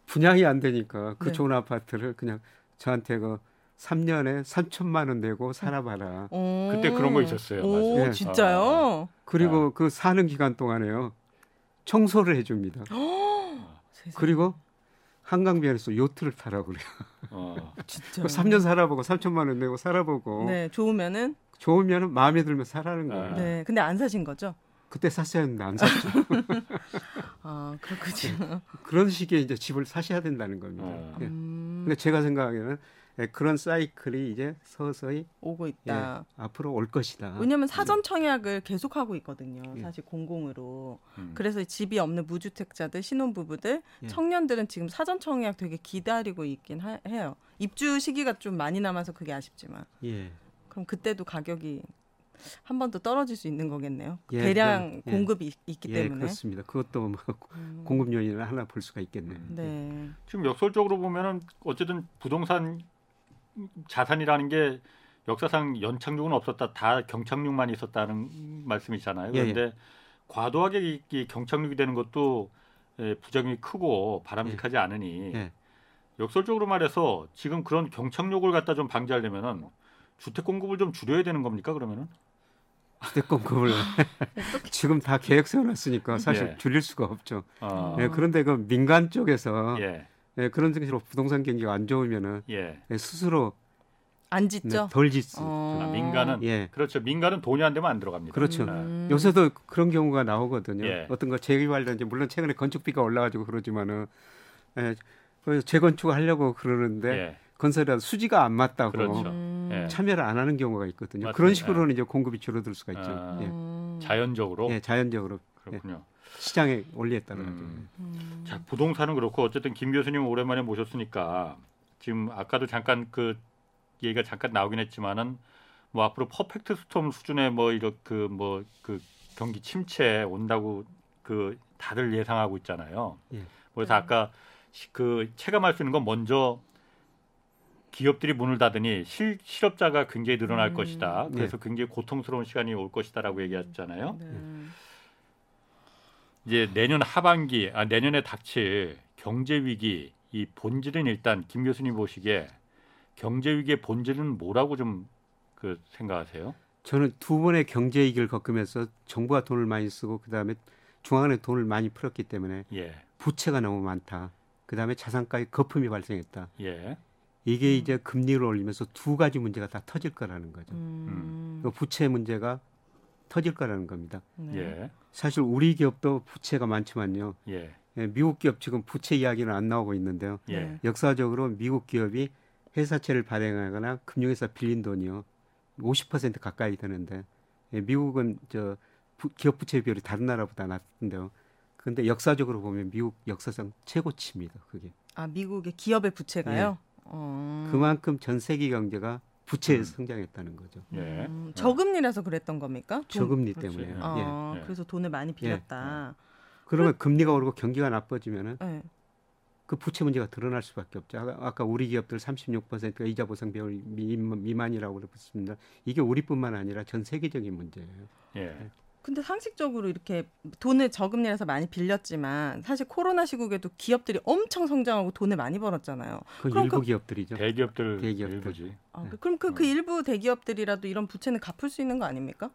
Speaker 3: 분양이 안 되니까 그
Speaker 4: 네.
Speaker 3: 좋은 아파트를 그냥 저한테 그 3년에 3천만 원 내고 살아봐라.
Speaker 4: 오.
Speaker 2: 그때 그런 거 있었어요.
Speaker 4: 오,
Speaker 2: 맞아요.
Speaker 4: 진짜요?
Speaker 3: 그리고
Speaker 4: 아.
Speaker 3: 그 사는 기간 동안에요. 청소를
Speaker 4: 어,
Speaker 3: 해줍니다.
Speaker 4: 세상에,
Speaker 3: 그리고 한강변에서 요트를 타라고 그래요.
Speaker 2: 어.
Speaker 4: 진짜.
Speaker 3: 그 3년 살아보고 3천만 원 내고 살아보고
Speaker 4: 네, 좋으면은
Speaker 3: 좋으면 마음에 들면 사라는 거예요.
Speaker 2: 아.
Speaker 4: 네. 근데 안 사신 거죠?
Speaker 3: 그때 샀어야 했는데 안 샀죠.
Speaker 4: 아, 그렇군요.
Speaker 3: 그런 식의 이제 집을 사셔야 된다는 겁니다.
Speaker 2: 아.
Speaker 3: 예.
Speaker 4: 음,
Speaker 3: 근데 제가 생각하기에는 예, 그런 사이클이 이제 서서히
Speaker 4: 오고
Speaker 3: 예,
Speaker 4: 있다.
Speaker 3: 앞으로 올 것이다.
Speaker 4: 왜냐면 사전 청약을 계속하고 있거든요.
Speaker 3: 예.
Speaker 4: 사실 공공으로.
Speaker 2: 음.
Speaker 4: 그래서 집이 없는 무주택자들, 신혼부부들,
Speaker 3: 예.
Speaker 4: 청년들은 지금 사전 청약 되게 기다리고 있긴 하- 해요. 입주 시기가 좀 많이 남아서 그게 아쉽지만.
Speaker 3: 예.
Speaker 4: 그럼 그때도 가격이 한 번 더 떨어질 수 있는 거겠네요.
Speaker 3: 예,
Speaker 4: 대량
Speaker 3: 그럼, 예.
Speaker 4: 공급이 있- 있기
Speaker 3: 예,
Speaker 4: 때문에.
Speaker 3: 그렇습니다. 그것도 뭐
Speaker 4: 음,
Speaker 3: 공급 요인을 하나 볼 수가 있겠네요.
Speaker 4: 네.
Speaker 2: 지금 역설적으로 보면은 어쨌든 부동산 자산이라는 게 역사상 연착륙은 없었다. 다 경착륙만 있었다는 말씀이잖아요.
Speaker 3: 예, 예.
Speaker 2: 그런데 과도하게 이- 이 경착륙이 되는 것도 예, 부작용이 크고 바람직하지 않으니
Speaker 3: 예.
Speaker 2: 역설적으로 말해서 지금 그런 경착륙을 갖다 좀 방지하려면은 주택 공급을 좀 줄여야 되는 겁니까 그러면은?
Speaker 3: 주택 공급을
Speaker 4: 아,
Speaker 3: 지금 다 계획 세워놨으니까 사실
Speaker 2: 예.
Speaker 3: 줄일 수가 없죠.
Speaker 4: 아.
Speaker 2: 어,
Speaker 3: 예, 그런데 그 민간 쪽에서
Speaker 2: 예,
Speaker 3: 예, 그런 식으로 부동산 경기가 안 좋으면은
Speaker 2: 예.
Speaker 3: 예, 스스로
Speaker 4: 안
Speaker 3: 네,
Speaker 4: 짓죠? 어.
Speaker 3: 덜 짓죠.
Speaker 2: 아, 민간은
Speaker 3: 예,
Speaker 2: 그렇죠. 민간은 돈이 안 되면 안 들어갑니다.
Speaker 3: 그렇죠.
Speaker 2: 음.
Speaker 3: 요새도 그런 경우가 나오거든요.
Speaker 2: 예.
Speaker 3: 어떤 거 재개발든지 물론 최근에 건축비가 올라가지고 그러지만은 예, 그 재건축하려고 그러는데
Speaker 2: 예.
Speaker 3: 건설이라 수지가 안 맞다고
Speaker 2: 그렇죠.
Speaker 4: 음.
Speaker 2: 예.
Speaker 3: 참여를 안 하는 경우가 있거든요.
Speaker 2: 맞습니다.
Speaker 3: 그런 식으로는 이제 공급이 줄어들 수가 있죠.
Speaker 2: 아.
Speaker 3: 예.
Speaker 4: 음.
Speaker 2: 자연적으로
Speaker 3: 예, 자연적으로
Speaker 2: 그렇군요.
Speaker 3: 시장의 원리에 따라 가지고.
Speaker 2: 음.
Speaker 4: 음.
Speaker 2: 자 부동산은 그렇고 어쨌든 김 교수님 오랜만에 모셨으니까 지금 아까도 잠깐 그 얘기가 잠깐 나오긴 했지만은 뭐 앞으로 퍼펙트 스톰 수준의 뭐 이렇게 뭐그 경기 침체 온다고 그 다들 예상하고 있잖아요.
Speaker 3: 예.
Speaker 2: 그래서 아까 시- 그 체감할 수 있는 건 먼저 기업들이 문을 닫으니 실, 실업자가 굉장히 늘어날
Speaker 4: 음.
Speaker 2: 것이다. 그래서 굉장히 고통스러운 시간이 올 것이다라고 얘기했잖아요.
Speaker 4: 네.
Speaker 2: 이제 내년 하반기, 아, 내년에 닥칠 경제 위기 이 본질은 일단 김 교수님 보시기에 경제 위기의 본질은 뭐라고 좀 그 생각하세요?
Speaker 3: 저는 두 번의 경제 위기를 겪으면서 정부가 돈을 많이 쓰고 그다음에 중앙은행 돈을 많이 풀었기 때문에
Speaker 2: 예,
Speaker 3: 부채가 너무 많다. 그다음에 자산가의 거품이 발생했다.
Speaker 2: 예,
Speaker 3: 이게
Speaker 4: 음.
Speaker 3: 이제 금리를 올리면서 두 가지 문제가 다 터질 거라는 거죠.
Speaker 4: 음.
Speaker 3: 그 부채 문제가 터질 거라는 겁니다.
Speaker 4: 네.
Speaker 2: 예,
Speaker 3: 사실 우리 기업도 부채가 많지만요.
Speaker 2: 예,
Speaker 3: 예, 미국 기업 지금 부채 이야기는 안 나오고 있는데요.
Speaker 2: 예,
Speaker 4: 네.
Speaker 3: 역사적으로 미국 기업이 회사채를 발행하거나 금융회사 빌린 돈이요. 50% 가까이 되는데 예, 미국은 저 부- 기업 부채 비율이 다른 나라보다 낮은데요. 근데 역사적으로 보면 미국 역사상 최고치입니다. 그게
Speaker 4: 아 미국의 기업의 부채가요. 어.
Speaker 3: 예. 그만큼 전 세계 경제가 부채에서 성장했다는 거죠.
Speaker 2: 예.
Speaker 4: 음, 저금리라서 그랬던 겁니까? 돈-
Speaker 3: 저금리
Speaker 2: 그렇지.
Speaker 3: 때문에. 요 예.
Speaker 4: 아,
Speaker 2: 예.
Speaker 4: 그래서 돈을 많이 빌렸다.
Speaker 3: 그러면 금리가 오르고 경기가 나빠지면은
Speaker 4: 예.
Speaker 3: 그 부채 문제가 드러날 수밖에 없죠. 아까, 아까 우리 기업들 36%가 이자 보상 비율 미- 미만이라고 그랬습니다. 이게 우리뿐만 아니라 전 세계적인 문제예요.
Speaker 2: 예,
Speaker 4: 근데 상식적으로 이렇게 돈을 저금리라서 많이 빌렸지만 사실 코로나 시국에도 기업들이 엄청 성장하고 돈을 많이 벌었잖아요.
Speaker 3: 그
Speaker 4: 그럼
Speaker 3: 일부
Speaker 4: 그-
Speaker 3: 기업들이죠.
Speaker 2: 대기업들
Speaker 3: 대기업들.
Speaker 2: 일부지.
Speaker 4: 아,
Speaker 3: 예.
Speaker 4: 그럼 그,
Speaker 3: 음.
Speaker 4: 그 일부 대기업들이라도 이런 부채는 갚을 수 있는 거 아닙니까?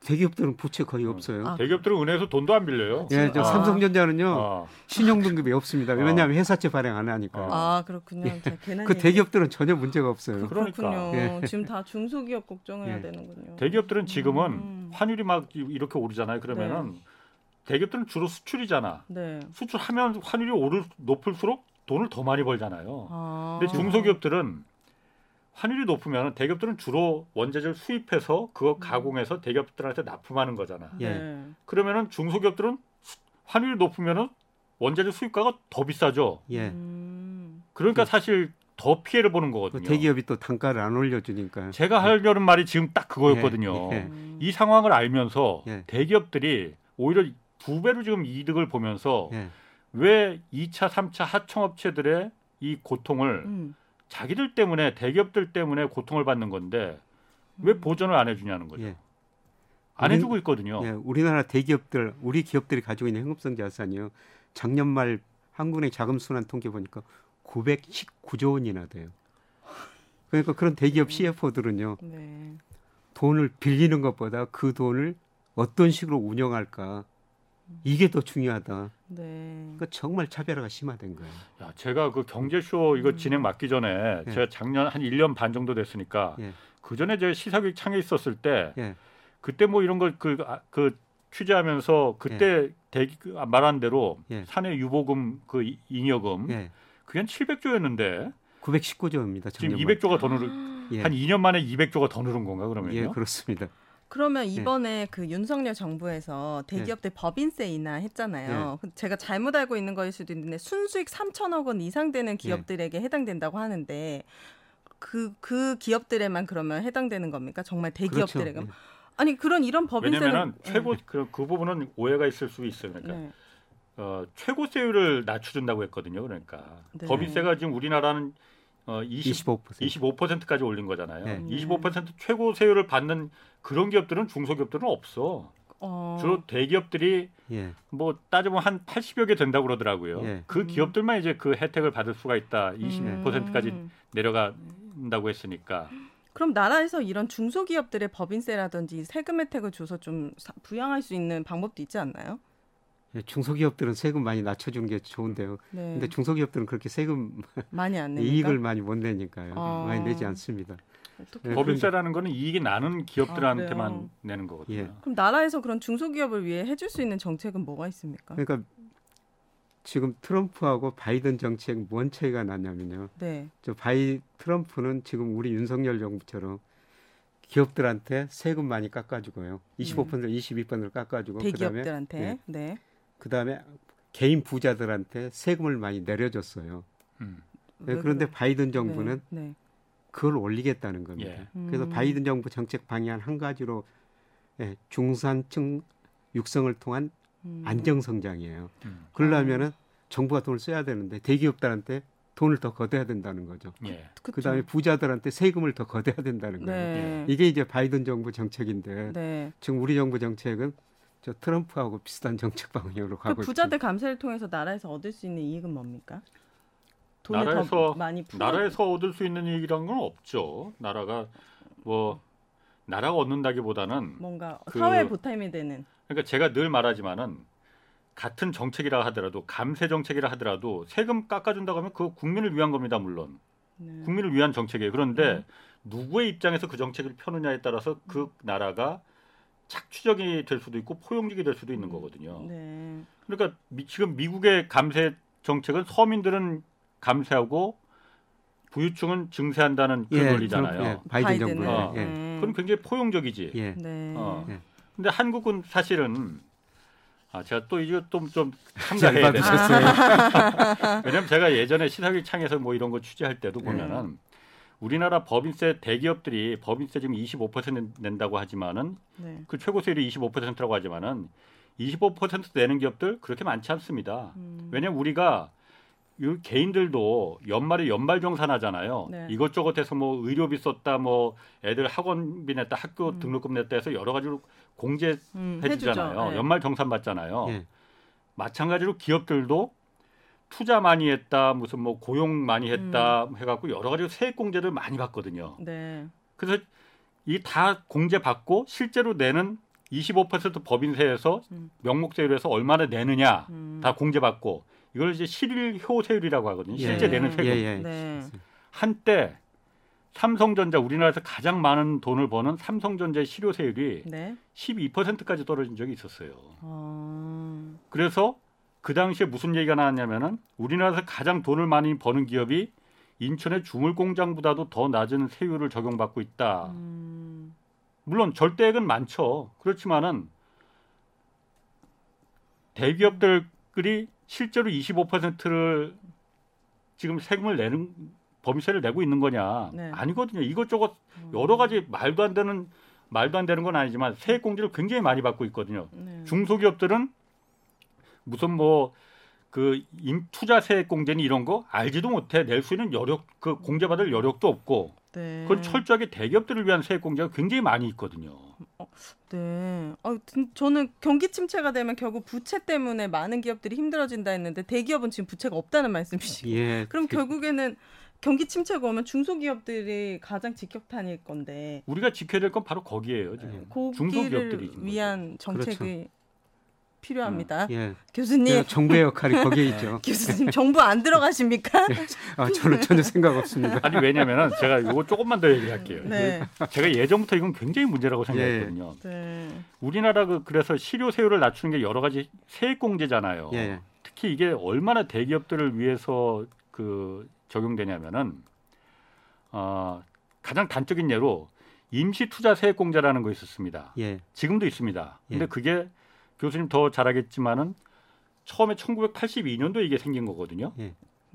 Speaker 3: 대기업들은 부채 거의 없어요.
Speaker 4: 아,
Speaker 2: 대기업들은 은행에서 돈도 안 빌려요.
Speaker 3: 예, 저
Speaker 4: 아.
Speaker 3: 삼성전자는요
Speaker 2: 아,
Speaker 3: 신용등급이 없습니다. 왜냐하면 회사채 발행 안 하니까.
Speaker 2: 아.
Speaker 4: 아, 그렇군요. 제가 괜한
Speaker 3: 그
Speaker 4: 얘기-
Speaker 3: 대기업들은 전혀 문제가 없어요.
Speaker 2: 그러니까.
Speaker 4: 네. 그렇군요. 지금 다 중소기업 걱정해야
Speaker 3: 예.
Speaker 4: 되는군요.
Speaker 2: 대기업들은 지금은
Speaker 4: 음.
Speaker 2: 환율이 막 이- 이렇게 오르잖아요. 그러면은 대기업들은 주로 수출이잖아.
Speaker 4: 네.
Speaker 2: 수출하면 환율이 오를 높을수록 돈을 더 많이 벌잖아요.
Speaker 4: 아.
Speaker 2: 근데 중소기업들은 환율이 높으면 대기업들은 주로 원재료를 수입해서
Speaker 3: 음.
Speaker 2: 그거 가공해서 대기업들한테 납품하는 거잖아.
Speaker 3: 예.
Speaker 4: 네.
Speaker 2: 그러면은 중소기업들은 수- 환율이 높으면은 원재료 수입가가 더 비싸죠.
Speaker 3: 예.
Speaker 4: 음.
Speaker 2: 그러니까 사실 더 피해를 보는
Speaker 3: 네. 그
Speaker 2: 거거든요.
Speaker 3: 대기업이 네. 또 단가를 안 올려주니까.
Speaker 2: 제가 하려는 말이 지금 딱 그거였거든요.
Speaker 3: 예, 예.
Speaker 4: 음.
Speaker 2: 이 상황을 알면서
Speaker 3: 예.
Speaker 2: 대기업들이 오히려 두 배로 지금 이득을 보면서
Speaker 3: 예.
Speaker 2: 왜 2차, 3차 하청업체들의 이 고통을
Speaker 4: 음.
Speaker 2: 자기들 때문에 대기업들 때문에 고통을 받는 건데 왜 보전을 안 해주냐는 거죠.
Speaker 3: 음. 예.
Speaker 2: 안
Speaker 3: 우린-
Speaker 2: 해주고 있거든요.
Speaker 3: 예, 우리나라 대기업들, 우리 기업들이 가지고 있는 현금성 자산이요. 작년 말 한국은행 자금 순환 통계 보니까 919조 원이나 돼요. 그러니까 그런
Speaker 4: 음.
Speaker 3: 대기업 CFO들은요.
Speaker 4: 네.
Speaker 3: 돈을 빌리는 것보다 그 돈을 어떤 식으로 운영할까 이게 더 중요하다.
Speaker 4: 네.
Speaker 3: 그러니까 정말 차별화가 심화된 거예요.
Speaker 2: 야, 제가 그 경제쇼 이거 진행 맡기 전에
Speaker 3: 음. 예.
Speaker 2: 제가 작년 한 1년 반 정도 됐으니까
Speaker 3: 예.
Speaker 2: 그 전에 제가 시사교육 창에 있었을 때
Speaker 3: 예.
Speaker 2: 그때 뭐 이런 걸 그 그 취재하면서 그때 대기 그 말한 대로
Speaker 3: 예.
Speaker 2: 사내 유보금 그 이- 잉여금
Speaker 3: 예.
Speaker 2: 그게 한 700조였는데
Speaker 3: 919조입니다.
Speaker 2: 지금 200조가 더 늘은
Speaker 3: 예.
Speaker 2: 한 2년 만에 200조가 더 늘은 건가 그러면요?
Speaker 3: 예, 그렇습니다. 예.
Speaker 4: 그러면 이번에 그 윤석열 정부에서 대기업들 법인세
Speaker 3: 예.
Speaker 4: 인하했잖아요. 그 제가 잘못 알고 있는 거일 수도 있는데 순수익 3천억 원 이상 되는
Speaker 3: 예.
Speaker 4: 기업들에게 해당된다고 하는데 그 그 기업들에만 그러면 해당되는 겁니까? 정말 대기업들에게?
Speaker 3: 그렇죠.
Speaker 4: 아니 그런 이런 법인세는 예.
Speaker 2: 왜냐면은 최고 그, 그 부분은 오해가 있을 수 있어요.
Speaker 4: 네.
Speaker 2: 그러니까
Speaker 4: 네.
Speaker 2: 어, 최고세율을 낮춰준다고 했거든요. 그러니까
Speaker 4: 네.
Speaker 2: 법인세가 지금 우리나라는 어, 20,
Speaker 3: 25%.
Speaker 2: 25%까지 올린 거잖아요.
Speaker 3: 네.
Speaker 2: 25% 최고세율을 받는 그런 기업들은 중소기업들은 없어.
Speaker 4: 어,
Speaker 2: 주로 대기업들이
Speaker 3: 예.
Speaker 2: 뭐 따져보면 한 80여 개 된다고 그러더라고요.
Speaker 3: 예.
Speaker 2: 그
Speaker 4: 음.
Speaker 2: 기업들만 이제 그 혜택을 받을 수가 있다. 20%까지
Speaker 4: 음.
Speaker 2: 내려간다고 했으니까.
Speaker 4: 그럼 나라에서 이런 중소기업들의 법인세라든지 세금 혜택을 줘서 좀 사- 부양할 수 있는 방법도 있지 않나요?
Speaker 3: 예, 중소기업들은 세금 많이 낮춰주는 게 좋은데요.
Speaker 4: 네.
Speaker 3: 근데 중소기업들은 그렇게 세금
Speaker 4: 많이 안 내니까
Speaker 3: 이익을 많이 못 내니까요.
Speaker 4: 아.
Speaker 3: 많이 내지 않습니다.
Speaker 4: 어떻게
Speaker 3: 예,
Speaker 2: 법인세라는 거는 이익이 나는
Speaker 4: 아,
Speaker 2: 기업들한테만
Speaker 4: 그래요?
Speaker 2: 내는 거거든요.
Speaker 3: 예.
Speaker 4: 그럼 나라에서 그런 중소기업을 위해 해줄 수 있는 정책은 뭐가 있습니까?
Speaker 3: 그러니까 지금 트럼프하고 바이든 정책 뭔 차이가 나냐면요.
Speaker 4: 네.
Speaker 3: 저 바이 트럼프는 지금 우리 윤석열 정부처럼 기업들한테 세금 많이 깎아주고요. 25% 22%를 깎아주고 그다음에
Speaker 4: 네. 대기업들한테.
Speaker 3: 예.
Speaker 4: 네.
Speaker 3: 그다음에 개인 부자들한테 세금을 많이 내려줬어요.
Speaker 2: 음.
Speaker 3: 예,
Speaker 4: 왜
Speaker 3: 그런데
Speaker 4: 그런-
Speaker 3: 바이든 정부는
Speaker 4: 네. 네.
Speaker 3: 그걸 올리겠다는 겁니다.
Speaker 2: 예.
Speaker 3: 그래서
Speaker 4: 음.
Speaker 3: 바이든 정부 정책 방향 한 가지로 예, 중산층 육성을 통한
Speaker 4: 음. 아.
Speaker 3: 안정 성장이에요.
Speaker 2: 음.
Speaker 3: 그러려면은 정부가 돈을 써야 되는데 대기업들한테 돈을 더 거둬야 된다는 거죠.
Speaker 2: 예.
Speaker 4: 그쵸?
Speaker 3: 그다음에 부자들한테 세금을 더 거둬야 된다는 거예요.
Speaker 4: 네.
Speaker 3: 이게 이제 바이든 정부 정책인데
Speaker 4: 네.
Speaker 3: 지금 우리 정부 정책은 저 트럼프하고 비슷한 정책 방향으로
Speaker 4: 그
Speaker 3: 가고
Speaker 4: 부자들
Speaker 3: 있죠.
Speaker 4: 감세를 통해서 나라에서 얻을 수 있는 이익은 뭡니까? 돈을 더
Speaker 2: 나라에서-
Speaker 4: 많이 풀어.
Speaker 2: 나라에서 얻을 수 있는 이익이란 건 없죠. 나라가 뭐 나라가 얻는다기보다는
Speaker 4: 뭔가
Speaker 2: 그-
Speaker 4: 사회 보탬이 되는.
Speaker 2: 그러니까 제가 늘 말하지만은 같은 정책이라 하더라도 감세 정책이라 하더라도 세금 깎아준다고 하면 그 국민을 위한 겁니다 물론
Speaker 4: 네.
Speaker 2: 국민을 위한 정책이에요. 그런데
Speaker 4: 음.
Speaker 2: 누구의 입장에서 그 정책을 펴느냐에 따라서 그 나라가 착취적이 될 수도 있고 포용적이 될 수도 있는 거거든요.
Speaker 4: 네.
Speaker 2: 그러니까 미- 지금 미국의 감세 정책은 서민들은 감세하고 부유층은 증세한다는 그 논리잖아요.
Speaker 3: 트럼프, 예, 바이든
Speaker 4: 바이든은.
Speaker 3: 정부는
Speaker 2: 어.
Speaker 3: 예.
Speaker 4: 네.
Speaker 2: 그럼 굉장히 포용적이지.
Speaker 3: 예.
Speaker 4: 네.
Speaker 2: 어.
Speaker 3: 예.
Speaker 2: 근데 한국은 사실은 아 제가 또 이거 좀좀
Speaker 3: 잘
Speaker 2: 참가해야 되나?
Speaker 3: 받으셨어요.
Speaker 2: 왜냐면 제가 예전에 시사기 창에서 뭐 이런 거 취재할 때도
Speaker 3: 예.
Speaker 2: 보면은 우리나라 법인세 대기업들이 법인세 지금 25% 낸다고 하지만은
Speaker 4: 네.
Speaker 2: 그 최고 세율이 25%라고 하지만은 25% 내는 기업들 그렇게 많지 않습니다.
Speaker 4: 음.
Speaker 2: 왜냐면 우리가 이 개인들도 연말에 연말정산하잖아요.
Speaker 4: 네.
Speaker 2: 이것저것 해서 뭐 의료비 썼다, 뭐 애들 학원비 냈다, 학교
Speaker 4: 음.
Speaker 2: 등록금 냈다 해서 여러 가지로 공제해
Speaker 4: 음,
Speaker 2: 주잖아요.
Speaker 4: 해주죠. 네.
Speaker 2: 연말정산 받잖아요.
Speaker 3: 예.
Speaker 2: 마찬가지로 기업들도 투자 많이 했다, 무슨 뭐 고용 많이 했다
Speaker 4: 음.
Speaker 2: 해갖고 여러 가지 세액 공제를 많이 받거든요.
Speaker 4: 네.
Speaker 2: 그래서 이 다 공제 받고 실제로 내는 25% 법인세에서
Speaker 4: 음.
Speaker 2: 명목세율에서 얼마나 내느냐
Speaker 4: 음.
Speaker 2: 다 공제 받고 이걸 이제 실효 세율이라고 하거든요. 실제
Speaker 4: 예.
Speaker 2: 내는 세금.
Speaker 3: 예, 예.
Speaker 4: 네.
Speaker 2: 한때 삼성전자 우리나라에서 가장 많은 돈을 버는 삼성전자의 실효 세율이
Speaker 4: 네.
Speaker 2: 12%까지 떨어진 적이 있었어요.
Speaker 4: 어.
Speaker 2: 그래서 그 당시에 무슨 얘기가 나왔냐면은 우리나라에서 가장 돈을 많이 버는 기업이 인천의 주물 공장보다도 더 낮은 세율을 적용받고 있다.
Speaker 4: 음.
Speaker 2: 물론 절대액은 많죠. 그렇지만은 대기업들이 실제로 25%를 지금 세금을 내는 범세를 내고 있는 거냐
Speaker 4: 네. 음.
Speaker 2: 아니거든요. 이것저것 여러 가지 말도 안 되는 말도 안 되는 건 아니지만 세액 공제를 굉장히 많이 받고 있거든요.
Speaker 4: 네.
Speaker 2: 중소기업들은 무슨 뭐 그 투자 세액 공제니 이런 거 알지도 못해 낼 수 있는 여력 그 공제받을 여력도 없고
Speaker 4: 네.
Speaker 2: 그건 철저하게 대기업들을 위한 세액 공제가 굉장히 많이 있거든요.
Speaker 4: 네. 어, 든- 저는 경기 침체가 되면 결국 부채 때문에 많은 기업들이 힘들어진다 했는데 대기업은 지금 부채가 없다는 말씀이시고.
Speaker 3: 예.
Speaker 4: 그럼
Speaker 3: 그-
Speaker 4: 결국에는 경기 침체가 오면 중소기업들이 가장 직격탄일 건데
Speaker 2: 우리가 지켜야 될 건 바로 거기에요. 지금. 중소기업들이
Speaker 4: 고기를
Speaker 2: 지금 그렇죠. 음,
Speaker 4: 위한 정책이 필요합니다.
Speaker 3: 예.
Speaker 4: 교수님,
Speaker 3: 그 정부의 역할이 거기에 있죠.
Speaker 4: 교수님 정부 안 들어가십니까?
Speaker 3: 아, 저는 전혀 생각 없습니다.
Speaker 2: 아니 왜냐면은 제가 이거 조금만 더 얘기할게요.
Speaker 4: 네.
Speaker 2: 제가 예전부터 이건 굉장히 문제라고 생각했거든요.
Speaker 4: 네.
Speaker 2: 우리나라 그 그래서 실효 세율을 낮추는 게 여러 가지 세액 공제잖아요.
Speaker 3: 예, 예.
Speaker 2: 특히 이게 얼마나 대기업들을 위해서 그 적용되냐면은 어, 가장 단적인 예로 임시 투자 세액 공제라는 거 있었습니다.
Speaker 3: 예.
Speaker 2: 지금도 있습니다. 근데
Speaker 3: 예.
Speaker 2: 그게 교수님 더 잘 알겠지만은 처음에 1982년도 이게 생긴 거거든요.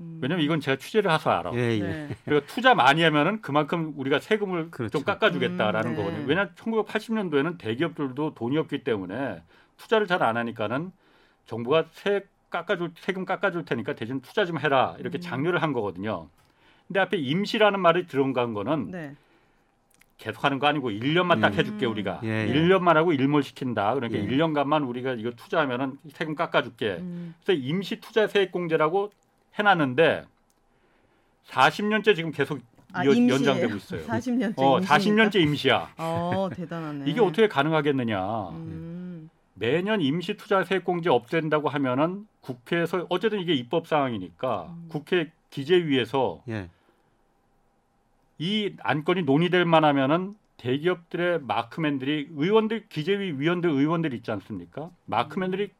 Speaker 4: 음.
Speaker 2: 왜냐면 이건 제가 취재를 해서 알아.
Speaker 3: 예, 예.
Speaker 4: 네.
Speaker 2: 그리고 투자 많이 하면은 그만큼 우리가 세금을
Speaker 3: 그렇죠.
Speaker 2: 좀 깎아주겠다라는
Speaker 4: 음, 네.
Speaker 2: 거거든요. 왜냐 면 1980년도에는 대기업들도 돈이 없기 때문에 투자를 잘 안 하니까는 정부가 세 깎아줄 세금 깎아줄 테니까 대신 투자 좀 해라 이렇게
Speaker 4: 음.
Speaker 2: 장려를 한 거거든요. 근데 앞에 임시라는 말이 들어간 거는
Speaker 4: 네.
Speaker 2: 계속하는 거 아니고 1년만 딱
Speaker 3: 음.
Speaker 2: 해줄게 우리가
Speaker 3: 예,
Speaker 4: 네.
Speaker 3: 예.
Speaker 2: 1년만 하고 일몰 시킨다. 그러니까
Speaker 3: 예.
Speaker 2: 1년간만 우리가 이거 투자하면은 세금 깎아줄게.
Speaker 4: 음.
Speaker 2: 그래서 임시 투자 세액 공제라고 해놨는데 40년째 지금 계속
Speaker 4: 아,
Speaker 2: 이어-
Speaker 4: 임시예요?
Speaker 2: 연장되고 있어요.
Speaker 4: 40년째
Speaker 2: 어,
Speaker 4: 임시니까?
Speaker 2: 40년째 임시야.
Speaker 4: 어, 대단하네.
Speaker 2: 이게 어떻게 가능하겠느냐.
Speaker 4: 음.
Speaker 2: 매년 임시 투자 세액 공제 없앤다고 하면은 국회에서 어쨌든 이게 입법 사항이니까
Speaker 4: 음.
Speaker 2: 국회 기재위에서
Speaker 3: 예.
Speaker 2: 이 안건이 논의될 만하면은 대기업들의 마크맨들이 의원들 기재위 위원들 의원들 있지 않습니까? 마크맨들이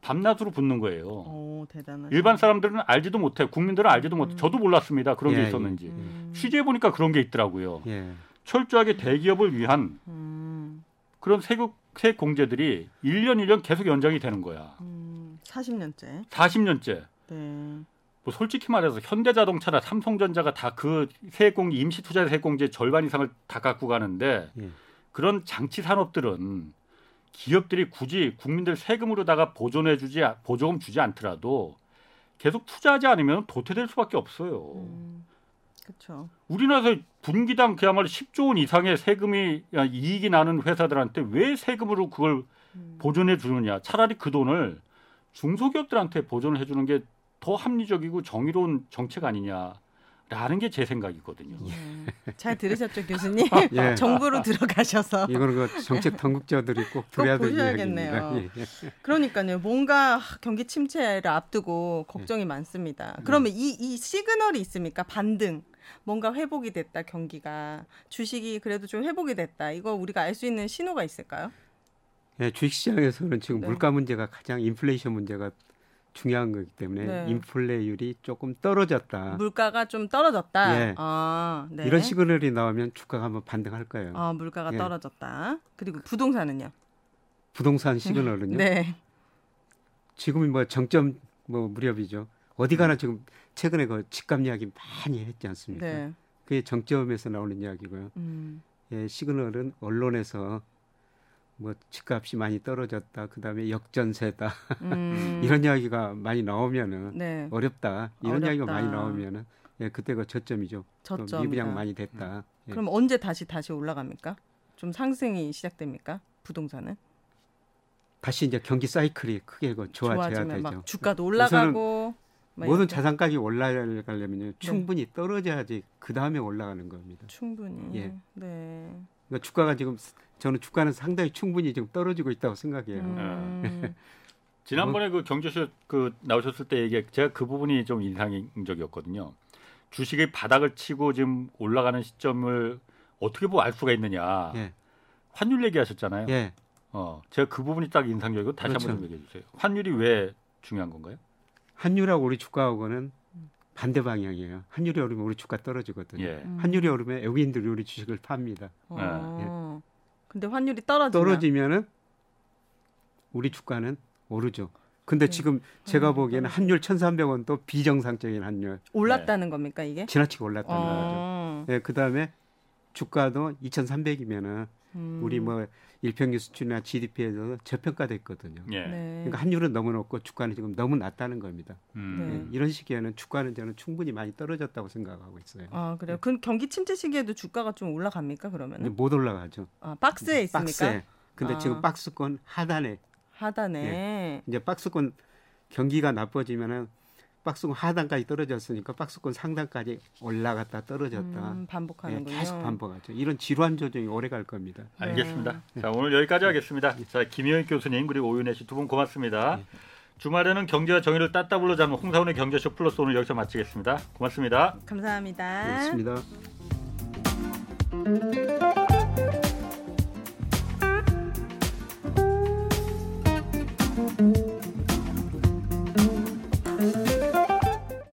Speaker 2: 밤낮으로 붙는 거예요.
Speaker 4: 오, 대단하네.
Speaker 2: 일반 사람들은 알지도 못해. 국민들은 알지도 못해.
Speaker 4: 어. 음.
Speaker 2: 저도 몰랐습니다. 그런
Speaker 3: 예,
Speaker 2: 게
Speaker 3: 예.
Speaker 2: 있었는지.
Speaker 4: 음.
Speaker 2: 취재해 보니까 그런 게 있더라고요.
Speaker 3: 예.
Speaker 2: 철저하게 대기업을 위한
Speaker 4: 음.
Speaker 2: 그런 세금 세액 공제들이 1년 1년 계속 연장이 되는 거야.
Speaker 4: 음. 40년째.
Speaker 2: 40년째.
Speaker 4: 네.
Speaker 2: 뭐 솔직히 말해서 현대자동차나 삼성전자가 다 그 세액 공제 임시 투자 세액 공제 절반 이상을 다 갖고 가는데
Speaker 3: 예.
Speaker 2: 그런 장치 산업들은 기업들이 굳이 국민들 세금으로다가 보존해 주지 보조금 주지 않더라도 계속 투자하지 않으면 도태될 수밖에 없어요.
Speaker 4: 음, 그렇죠.
Speaker 2: 우리나라에서 분기당 그야말로 10조 원 이상의 세금이 야, 이익이 나는 회사들한테 왜 세금으로 그걸
Speaker 4: 음,
Speaker 2: 보존해 주느냐. 차라리 그 돈을 중소기업들한테 보존을 해 주는 게 더 합리적이고 정의로운 정책 아니냐라는 게 제 생각이거든요.
Speaker 4: 음. 잘 들으셨죠 교수님?
Speaker 2: 아, 네.
Speaker 3: 예.
Speaker 4: 정부로 들어가셔서
Speaker 2: 예.
Speaker 3: 이거는 그 정책 당국자들이 꼭 들어야 될
Speaker 4: 보셔야겠네요.
Speaker 3: 이야기입니다. 예, 예.
Speaker 4: 그러니까요. 뭔가 하, 경기 침체를 앞두고 걱정이
Speaker 2: 예. 음.
Speaker 4: 많습니다. 그러면 이 이 시그널이 있습니까? 반등. 뭔가 회복이 됐다 경기가 주식이 그래도 좀 회복이 됐다 이거 우리가 알 수 있는 신호가 있을까요?
Speaker 3: 예, 주식시장에서는 지금
Speaker 4: 네.
Speaker 3: 물가 문제가 가장 인플레이션 문제가 중요한 거기 때문에
Speaker 4: 네.
Speaker 3: 인플레율이 조금 떨어졌다.
Speaker 4: 물가가 좀 떨어졌다.
Speaker 3: 아. 예.
Speaker 4: 아, 네.
Speaker 3: 이런 시그널이 나오면 주가가 한번 반등할 거예요.
Speaker 4: 아, 물가가
Speaker 3: 예.
Speaker 4: 떨어졌다. 그리고 부동산은요.
Speaker 3: 부동산 시그널은요.
Speaker 4: 네.
Speaker 3: 지금 뭐 정점 뭐 무렵이죠. 어디 가나 지금 최근에 그 집값 이야기 많이 했지 않습니까?
Speaker 4: 네.
Speaker 3: 그게 정점에서 나오는 이야기고요.
Speaker 4: 음.
Speaker 3: 예, 시그널은 언론에서 뭐 집값이 많이 떨어졌다. 그다음에 역전세다.
Speaker 4: 음.
Speaker 3: 이런 이야기가 많이 나오면은
Speaker 4: 네.
Speaker 3: 어렵다. 이런 이야기가
Speaker 4: 어렵다.
Speaker 3: 많이 나오면은 예, 그때가 저점이죠. 또
Speaker 4: 저점. 네.
Speaker 3: 미분양 많이 됐다. 예.
Speaker 4: 그럼 언제 다시 다시 올라갑니까? 좀 상승이 시작됩니까? 부동산은
Speaker 3: 다시 이제 경기 사이클이 크게 그 좋아져야
Speaker 4: 좋아지면
Speaker 3: 되죠.
Speaker 4: 막 주가도 올라가고 막
Speaker 3: 모든
Speaker 4: 이렇게 네.
Speaker 3: 자산가격이 올라가려면 충분히 떨어져야지 그 다음에 올라가는 겁니다.
Speaker 4: 충분히
Speaker 3: 예.
Speaker 4: 네.
Speaker 3: 그러니까 주가가 지금 스- 저는 주가는 상당히 충분히 지금 떨어지고 있다고 생각해요.
Speaker 4: 음.
Speaker 3: 음.
Speaker 2: 지난번에 그 경제쇼 그 나오셨을 때 얘기 제가 그 부분이 좀 인상적이었거든요. 주식의 바닥을 치고 지금 올라가는 시점을 어떻게 보고 알 수가 있느냐.
Speaker 3: 예,
Speaker 2: 환율 얘기하셨잖아요.
Speaker 3: 예.
Speaker 2: 어, 제가 그 부분이 딱 인상적이고 다시 한번 좀
Speaker 3: 그렇죠.
Speaker 2: 얘기해 주세요. 환율이 왜 중요한 건가요?
Speaker 3: 한율하고 우리 주가하고는
Speaker 4: 음.
Speaker 3: 반대 방향이에요. 한율이 오르면 우리 주가 떨어지거든요.
Speaker 2: 예.
Speaker 4: 음.
Speaker 3: 한율이 오르면 외국인들이 우리 주식을 팝니다.
Speaker 4: 어. 근데 환율이 떨어지면
Speaker 3: 떨어지면은 우리 주가는 오르죠. 근데
Speaker 4: 네.
Speaker 3: 지금 제가
Speaker 4: 음,
Speaker 3: 보기에는
Speaker 4: 떨어지죠.
Speaker 3: 한율 1,300원도 비정상적인 한율
Speaker 4: 올랐다는 겁니까 이게?
Speaker 3: 지나치게 올랐다는 거죠.
Speaker 4: 어.
Speaker 3: 예, 그다음에 주가도 2,300이면은
Speaker 4: 음.
Speaker 3: 우리 뭐 일평균 수준이나 GDP에서 저평가됐거든요.
Speaker 2: 예.
Speaker 4: 네.
Speaker 3: 그러니까 한율은 너무 높고 주가는 지금 너무 낮다는 겁니다.
Speaker 2: 음.
Speaker 4: 네.
Speaker 3: 예, 이런 시기에는 주가는 저는 충분히 많이 떨어졌다고 생각하고 있어요.
Speaker 4: 아 그래요. 그럼 경기 침체 시기에도 주가가 좀 올라갑니까
Speaker 3: 근데
Speaker 4: 그러면은?
Speaker 3: 못 올라가죠.
Speaker 4: 아, 박스에 있습니까?
Speaker 3: 네. 박스에. 근데
Speaker 4: 아.
Speaker 3: 지금 박스권 하단에
Speaker 4: 하단에
Speaker 3: 이제 박스권 경기가 나빠지면은 박스권 하단까지 떨어졌으니까 박스권 상단까지 올라갔다 떨어졌다.
Speaker 4: 음,
Speaker 3: 예,
Speaker 4: 반복하는군요.
Speaker 3: 계속 반복하죠. 이런 지루한 조정이 오래 갈 겁니다.
Speaker 2: 알겠습니다.
Speaker 3: 네.
Speaker 2: 자 오늘 여기까지 하겠습니다. 자 김효인 교수님 그리고 오윤혜 씨 두 분 고맙습니다.
Speaker 3: 네.
Speaker 2: 주말에는 경제와 정의를 따따블로 잡는 홍사원의 경제쇼 플러스 오늘 여기서
Speaker 4: 네.
Speaker 3: 네,
Speaker 2: 마치겠습니다. 고맙습니다.
Speaker 4: 감사합니다.
Speaker 3: 그렇습니다.